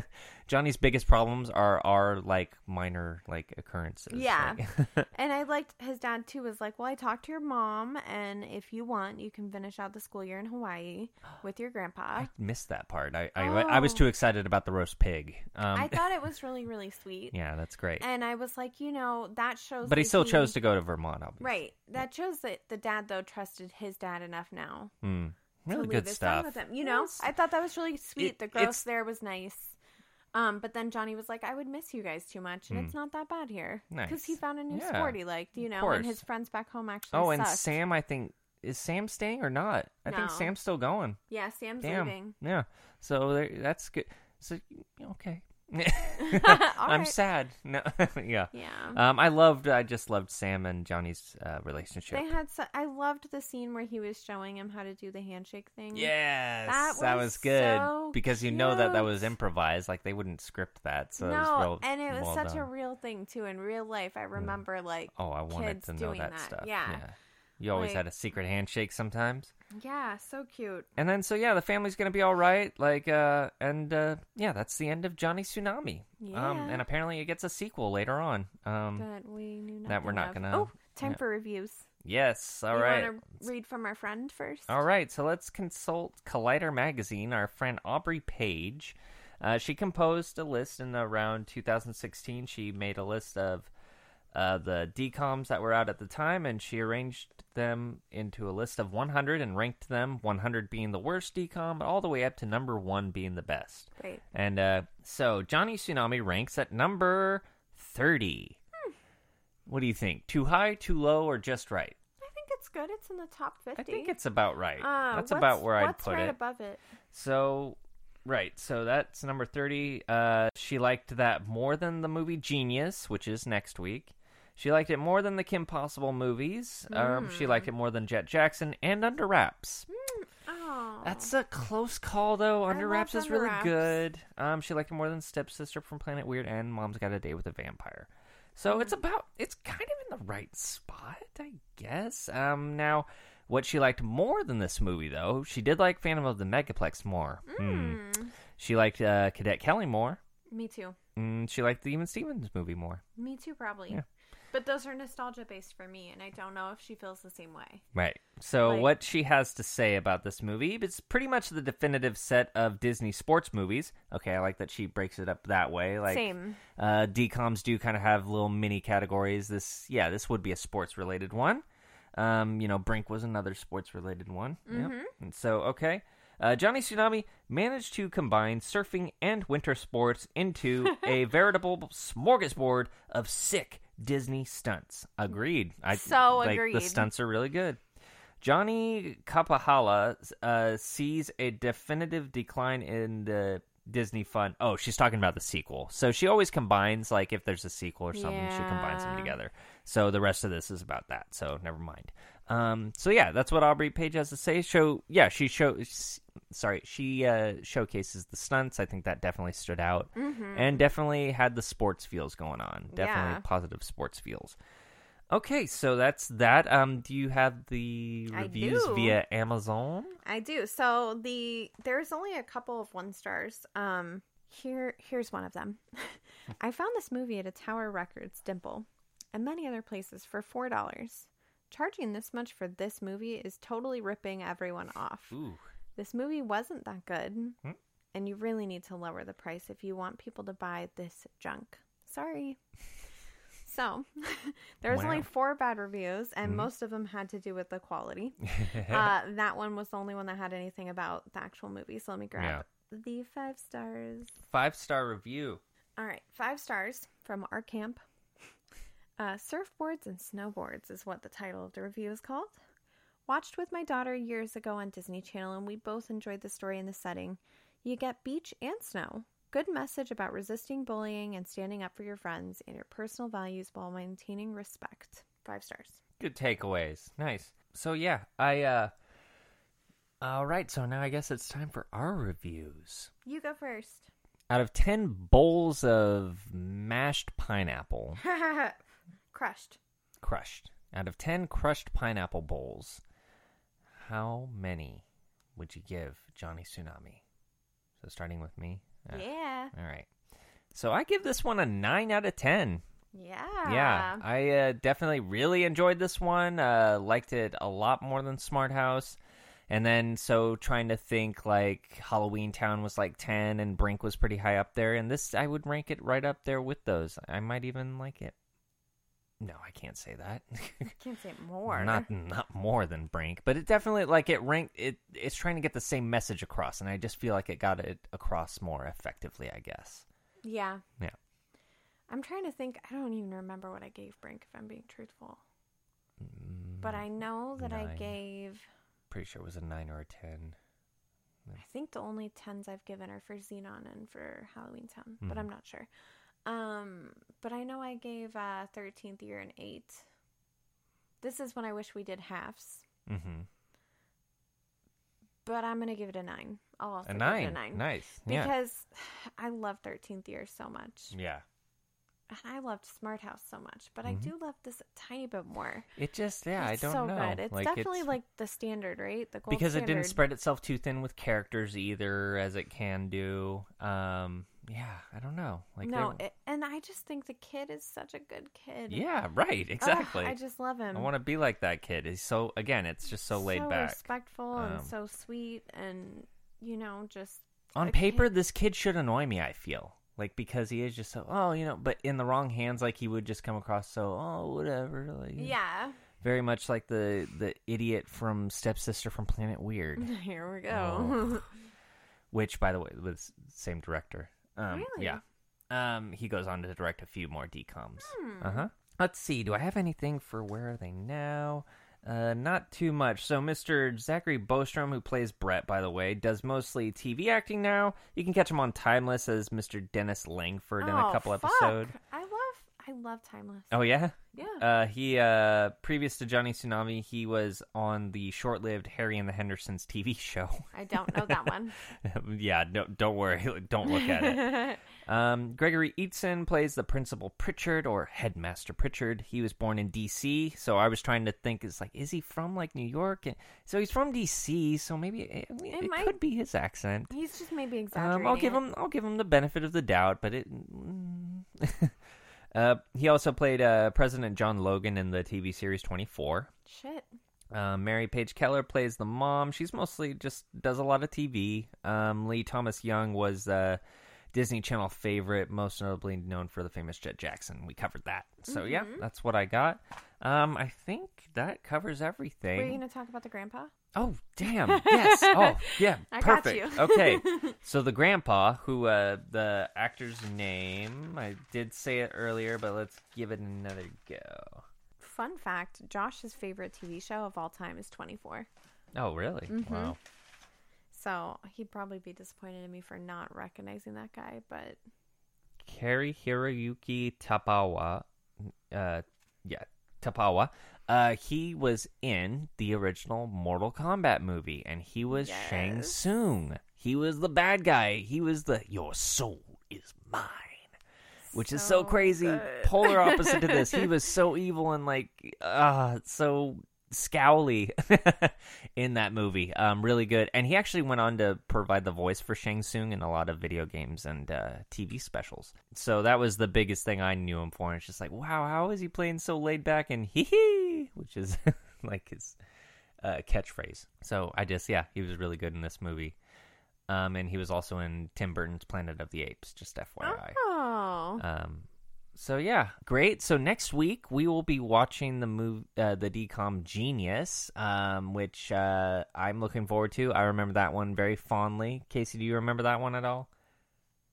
S1: johnny's biggest problems are are like minor like occurrences
S2: Yeah.
S1: Like- (laughs)
S2: And I liked his dad too was like, Well, I talked to your mom and if you want, you can finish out the school year in
S1: (gasps)
S2: Hawaii with your grandpa.
S1: i missed that part I, I i was
S2: Oh.
S1: too excited about the roast pig um
S2: I thought it was really, really sweet.
S1: (laughs) yeah that's great
S2: And I was like, you know, that shows
S1: but he
S2: that
S1: still chose to go to vermont obviously.
S2: "Hmm." Right. That shows that the dad though trusted his dad enough now
S1: Mm.
S2: to
S1: really
S2: leave
S1: good
S2: his
S1: stuff
S2: son with him. You know? I thought that was really sweet.
S1: It-
S2: the
S1: it's-
S2: growth there was nice. Um, but then Johnny was like, I would miss you guys too much, and it's not that bad here. Because
S1: Hmm.
S2: he
S1: Nice.
S2: found a new
S1: Yeah.
S2: sport he liked, you know,
S1: course.
S2: and his friends back home actually
S1: Oh, and
S2: sucked.
S1: Sam, I think is Sam staying or not? I think
S2: No.
S1: Sam's still going.
S2: Yeah, Sam's
S1: Damn.
S2: leaving.
S1: Yeah. So there, that's good. So
S2: (laughs)
S1: okay. (laughs) I'm
S2: right.
S1: sad. No. (laughs) yeah.
S2: Yeah.
S1: Um, I loved. I just loved Sam and Johnny's uh, relationship.
S2: They had so I loved the scene where he was showing him how to do the handshake thing.
S1: Yes,
S2: That was
S1: good
S2: so
S1: because you know that that
S2: cute.
S1: was improvised. Like they wouldn't script that, so it was
S2: no,
S1: real,
S2: and it was
S1: well
S2: such a
S1: done.
S2: real thing too in real life. I remember like
S1: oh, I wanted
S2: kids
S1: to know
S2: doing
S1: that,
S2: that.
S1: stuff.
S2: Yeah.
S1: you always
S2: Like-
S1: had a secret handshake sometimes.
S2: yeah, so cute.
S1: and then so yeah the family's gonna be all right like uh and uh yeah that's the end of johnny tsunami um
S2: Yeah.
S1: and apparently it gets a sequel later on um
S2: That we knew
S1: That we're
S2: nothing
S1: not
S2: of.
S1: gonna-
S2: Oh, time
S1: yeah.
S2: for reviews.
S1: yes all
S2: you
S1: right
S2: want to read from our friend first?
S1: all right so let's consult collider magazine our friend aubrey page uh, she composed a list in around 2016 she made a list of uh, the DCOMs that were out at the time, and she arranged them into a list of 100 and ranked them, 100 being the worst DCOM, all the way up to number one being the best.
S2: Right.
S1: And uh, so Johnny Tsunami ranks at number 30.
S2: Hmm.
S1: What do you think? Too high, too low, or just right?
S2: I think it's good. It's in the top 50.
S1: I think it's about right.
S2: uh,
S1: that's
S2: what's-
S1: about where I'd
S2: what's
S1: put
S2: right
S1: it.
S2: above it.
S1: so, right. So that's number 30. Uh, she liked that more than the movie Genius, which is next week. She liked it more than the Kim Possible movies. Um, she
S2: Hmm.
S1: liked it more than Jet Jackson and Under Wraps.
S2: Oh.
S1: That's a close call, though. Under
S2: love
S1: Wraps is
S2: Under
S1: really
S2: Wraps.
S1: good. Um, she liked it more than Stepsister from Planet Weird and Mom's Got a Date with a Vampire. So
S2: Hmm.
S1: it's about it's kind of in the right spot, I guess. Um, now what she liked more than this movie, though, she did like Phantom of the Megaplex more. Hmm.
S2: Mm,
S1: She liked uh, Cadet Kelly more.
S2: me too.
S1: Mm, she liked the Even Stevens movie more.
S2: Me too, probably.
S1: Yeah.
S2: But those are nostalgia based for me, and I don't know if she feels the same way.
S1: Right. So
S2: Like-
S1: what she has to say about this movie, it's pretty much the definitive set of Disney sports movies. Okay, I like that she breaks it up that way. Like
S2: Same.
S1: Uh, DComs do kind of have little mini categories. This, yeah, this would be a sports related one. Um, you know, Brink was another sports related one. Yep.
S2: Mm-hmm.
S1: And so, okay. Uh, Johnny Tsunami managed to combine surfing and winter sports
S2: (laughs)
S1: into a veritable smorgasbord of sick Disney stunts. Agreed. I
S2: So
S1: like, The
S2: agreed.
S1: stunts are really good. Johnny Kapahala uh, sees a definitive decline in the Disney fun. Oh, she's talking about the sequel. So she always combines like if there's a sequel or something, she combines them
S2: Yeah.
S1: together. So the rest of this is about that. So never mind. Um. So yeah, that's what Aubrey Page has to say. Show. Yeah, she shows. Sorry, she uh, showcases the stunts. I think that definitely stood out, and definitely had the sports feels going on. Definitely
S2: Mm-hmm. Yeah.
S1: positive sports feels. Okay, so that's that. Um, do you have the
S2: I
S1: reviews
S2: do.
S1: via Amazon?
S2: I do. So the there's only a couple of one stars. Um here here's one of them. (laughs) I found this movie at a Tower Records Dimple and many other places for four dollars. Charging this much for this movie is totally ripping everyone off.
S1: Ooh,
S2: This movie wasn't that good.
S1: Hmm.
S2: And you really need to lower the price if you want people to buy this junk. Sorry. So, (laughs) there was
S1: Wow.
S2: only four bad reviews, and
S1: Mhm.
S2: most of them had to do with
S1: (laughs)
S2: the quality uh, that one was the only one that had anything about the actual movie. So let me grab the five stars.
S1: five star review.
S2: All right, five stars from our camp. Uh, Surfboards and Snowboards is what the title of the review is called. Watched with my daughter years ago on Disney Channel, and we both enjoyed the story and the setting. You get beach and snow. Good message about resisting bullying and standing up for your friends and your personal values while maintaining respect. Five stars.
S1: good takeaways nice so yeah i uh all right so now i guess it's time for our reviews
S2: You go first. (laughs)
S1: out of 10 bowls of mashed pineapple
S2: Crushed.
S1: crushed out of 10 crushed pineapple bowls how many would you give johnny tsunami so starting with me Uh,
S2: yeah.
S1: all right so i give this one a 9 out of 10
S2: Yeah.
S1: Yeah, I uh, definitely really enjoyed this one. Uh, liked it a lot more than Smart House. And then, so trying to think like Halloween Town was like 10 and Brink was pretty high up there. And this, I would rank it right up there with those. I might even like it. No, I can't say that. (laughs)
S2: Can't say more.
S1: Not not more than Brink, but it definitely like it ranked it it's trying to get the same message across and I just feel like it got it across more effectively, I guess.
S2: (laughs) Yeah.
S1: Yeah.
S2: I'm trying to think. I don't even remember what I gave Brink, if I'm being truthful. But I know that I
S1: nine.
S2: gave.
S1: Mm, Pretty sure it was a 9 or a 10.
S2: I think the only tens I've given are for Xenon and for Halloween Town,
S1: Mm-hmm.
S2: but I'm not sure. Um, but I know I gave uh, 13th year an eight. This is when I wish we did halves,
S1: Mhm.
S2: but I'm gonna give it a nine. I'll also
S1: A
S2: give
S1: nine.
S2: it a nine
S1: Nice. yeah.
S2: because (sighs) I love 13th year so much.
S1: Yeah.
S2: and I loved Smart House so much, but
S1: Mm-hmm.
S2: I do love this a tiny bit more.
S1: It just yeah,
S2: It's
S1: I don't
S2: so
S1: know.
S2: Good. It's definitely like the standard, right? The gold
S1: because it
S2: standard.
S1: didn't spread itself too thin with characters either as it can do. Um yeah, I don't know. Like
S2: no,
S1: they-
S2: it, and I just think the kid is such a good kid.
S1: Yeah, right.
S2: Ugh,
S1: Exactly.
S2: I just um, love him.
S1: want to be like that kid. He's so again, it's just so laid back.
S2: respectful,
S1: Um,
S2: and so sweet, and you know, just
S1: On
S2: a
S1: paper,
S2: kid.
S1: this kid should annoy me, I feel. Like because he is just so oh, you know, but in the wrong hands like he would just come across so oh, whatever like
S2: yeah.
S1: very much like the the idiot from Stepsister from Planet Weird.
S2: (laughs) Here we
S1: Oh.
S2: go.
S1: which by the way was same director um
S2: Mm-hmm. Really?
S1: yeah um he goes on to direct a few more decoms
S2: Hmm.
S1: uh-huh let's see do i have anything for where are they now uh, not too much. So, Mr. Zachary Bostrom, who plays Brett, by the way, does mostly TV acting now. You can catch him on Timeless as Mr. Dennis Langford in a
S2: Oh,
S1: couple
S2: fuck.
S1: episodes.
S2: I love, I love Timeless.
S1: Oh, yeah?
S2: yeah,
S1: Uh, he uh, previous to Johnny Tsunami, he was on the short-lived Harry and the Hendersons TV (laughs) show.
S2: I don't know
S1: (laughs)
S2: that one.
S1: yeah, no, don't worry, (laughs) don't look at it.
S2: (laughs)
S1: Um, Gregory Eatson plays the principal Pritchard or headmaster Pritchard. He was born in D.C., so I was trying to think, is like, is he from like New York? And, so he's from D.C., so maybe it, it,
S2: It might-
S1: could be his accent.
S2: He's just maybe exaggerating.
S1: Um, I'll give
S2: it.
S1: him, I'll give him the benefit of the doubt, but it. (laughs) mm. uh, he also played uh, President John Logan in the TV series Twenty Four.
S2: shit.
S1: Uh, Mary Page Keller plays the mom. She's mostly just does a lot of TV. Um, Lee Thomas Young was uh, Disney Channel favorite, most notably known for the famous Jet Jackson. We covered that. So yeah, that's what I got. Um, I think that covers everything.
S2: Were you gonna talk about the grandpa?
S1: Oh damn! Yes. Oh yeah.
S2: (laughs) I got
S1: Perfect. (laughs)
S2: you. (laughs)
S1: okay. So the grandpa, who uh, the actor's name, I did say it earlier, but let's give it another go.
S2: fun fact Josh's favorite TV show of all time is 24.
S1: Oh, really?
S2: Mm-hmm.
S1: Wow.
S2: So he'd probably be disappointed in me for not recognizing that guy, but
S1: Kerry Hiroyuki Tapawa, uh, yeah, Tapawa, uh, he was in the original Mortal Kombat movie, and he was Shang
S2: Yes.
S1: Tsung. He was the bad guy. He was the your soul is mine, which is so
S2: So
S1: crazy.
S2: good.
S1: Polar opposite to this.
S2: (laughs)
S1: He was so evil and like uh so scowly (laughs) in that movie. Um, really good. And he actually went on to provide the voice for Shang Tsung in a lot of video games and uh, TV specials. So that was the biggest thing I knew him for. And it's just like, wow, how is he playing so laid back and hee hee, which is (laughs) like his uh, catchphrase. So I just, yeah, he was really good in this movie. Um, and he was also in Tim Burton's Planet of the Apes, just FYI.
S2: oh,
S1: Um, so yeah, great. So next week we will be watching the move, uh, the DCOM Genius, um, which uh, I'm looking forward to. I remember that one very fondly. Casey, do you remember that one at all?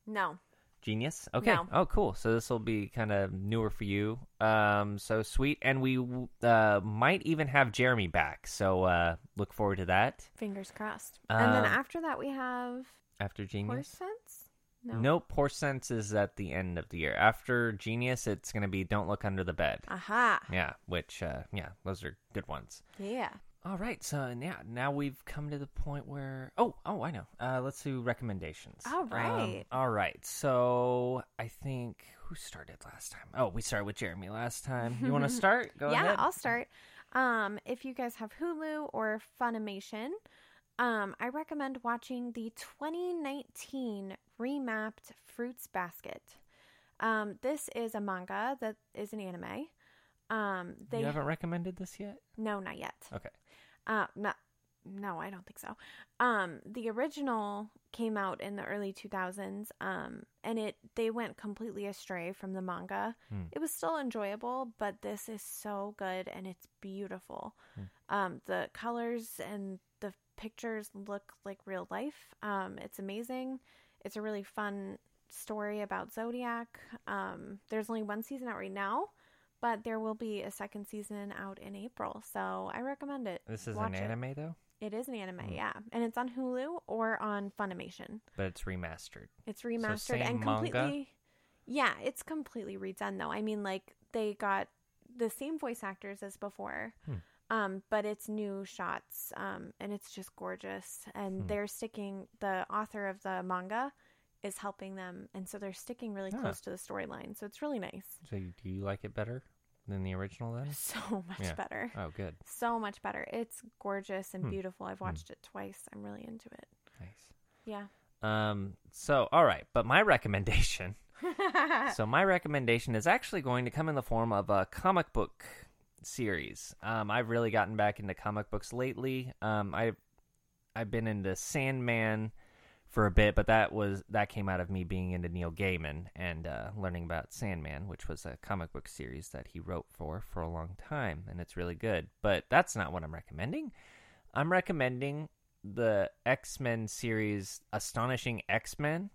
S2: no.
S1: Genius. Okay.
S2: No.
S1: Oh, cool. So this will be kind of newer for you. Um, so sweet, and we uh, might even have Jeremy back. So uh, look forward to that
S2: Fingers crossed. and then
S1: Um,
S2: after that, we have
S1: after Genius.
S2: Horse Sense? No.
S1: Nope, Horse Sense is at the end of the year. After Genius, it's going to be Don't Look Under the Bed.
S2: Aha.
S1: Yeah, which uh, yeah, those are good ones.
S2: Yeah.
S1: All right, so and yeah, now we've come to the point where oh oh I know. Uh, let's do recommendations.
S2: All
S1: Um,
S2: right.
S1: all right. So I think who started last time? Oh, we started with Jeremy last time. You
S2: (laughs)
S1: want to start? Go
S2: yeah,
S1: ahead.
S2: I'll start. Um, if you guys have Hulu or Funimation, um, I recommend watching the 2019 remapped Fruits Basket. Um, this is a manga that is an anime. Um, they
S1: You haven't recommended this yet.
S2: no, not yet.
S1: Okay.
S2: Uh, no, no, I don't think so. Um, the original came out in the early 2000s, um, and it they went completely astray from the manga.
S1: Hmm.
S2: It was still enjoyable, but this is so good and it's beautiful.
S1: Hmm.
S2: Um, the colors and the pictures look like real life. Um, it's amazing. It's a really fun story about Zodiac. Um, there's only one season out right now. But there will be a second season out in April, so I recommend it.
S1: This is an
S2: Watch it.
S1: anime though,
S2: It is an anime,
S1: Hmm.
S2: yeah. And it's on Hulu or on Funimation.
S1: but it's remastered.
S2: It's remastered and
S1: same manga?
S2: completely Yeah, it's completely redone though. I mean like they got the same voice actors as before.
S1: Hmm.
S2: Um, but it's new shots, um, and it's just gorgeous. And
S1: Hmm.
S2: they're sticking the author of the manga is helping them, and so they're sticking really
S1: Ah.
S2: close to the storyline. So it's really nice, (laughs)
S1: So you- do you like it better than the original then?
S2: so much
S1: Yeah. Hmm.
S2: better,
S1: Oh, good.
S2: so much better. It's gorgeous and beautiful. I've watched it twice. I'm really into it.
S1: Nice.
S2: Yeah.
S1: Um, so, all right, but my (laughs) recommendation.
S2: (laughs)
S1: so, my recommendation is actually going to come in the form of a comic book series. Um, I've really gotten back into comic books lately. Um, I, I've been into Sandman for a bit, but that was that came out of me being into Neil Gaiman and uh, learning about Sandman, which was a comic book series that he wrote for for a long time, and it's really good. But that's not what I'm recommending. I'm recommending the X Men series, Astonishing X Men,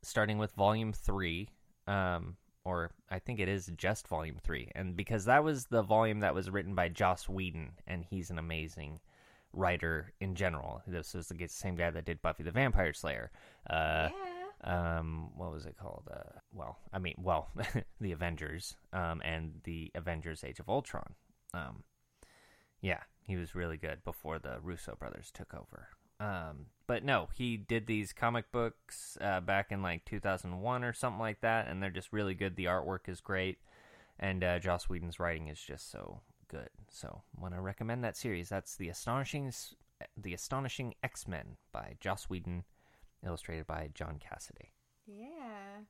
S1: starting with Volume Three, um, or I think it is just Volume Three, and because that was the volume that was written by Joss Whedon, and he's an amazing writer in general. This is the same guy that did Buffy the Vampire Slayer. Uh,
S2: yeah.
S1: um what was it called uh well i mean well (laughs) the avengers um and the avengers age of ultron um yeah he was really good before the russo brothers took over um but no he did these comic books uh back in like 2001 or something like that and they're just really good the artwork is great and uh joss whedon's writing is just so good so want to recommend that series that's the astonishing S- the astonishing x-men by joss whedon illustrated by John Cassidy.
S2: Yeah.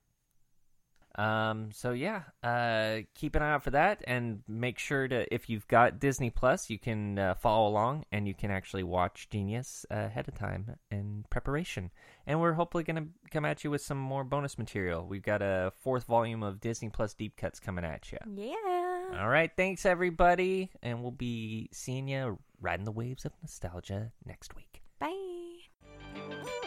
S1: Um, so yeah, uh, keep an eye out for that, and make sure to if you've got Disney Plus, you can uh, follow along, and you can actually watch Genius uh, ahead of time in preparation. And we're hopefully going to come at you with some more bonus material. We've got a fourth volume of Disney Plus deep cuts coming at you.
S2: Yeah.
S1: All right, thanks everybody, and we'll be seeing you riding the waves of nostalgia next week.
S2: Bye.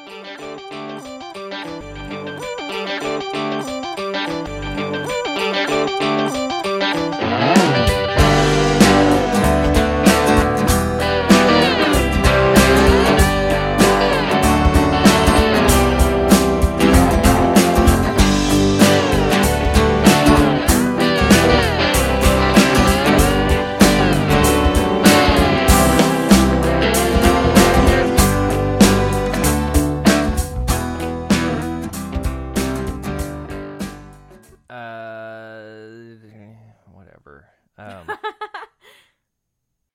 S1: Um,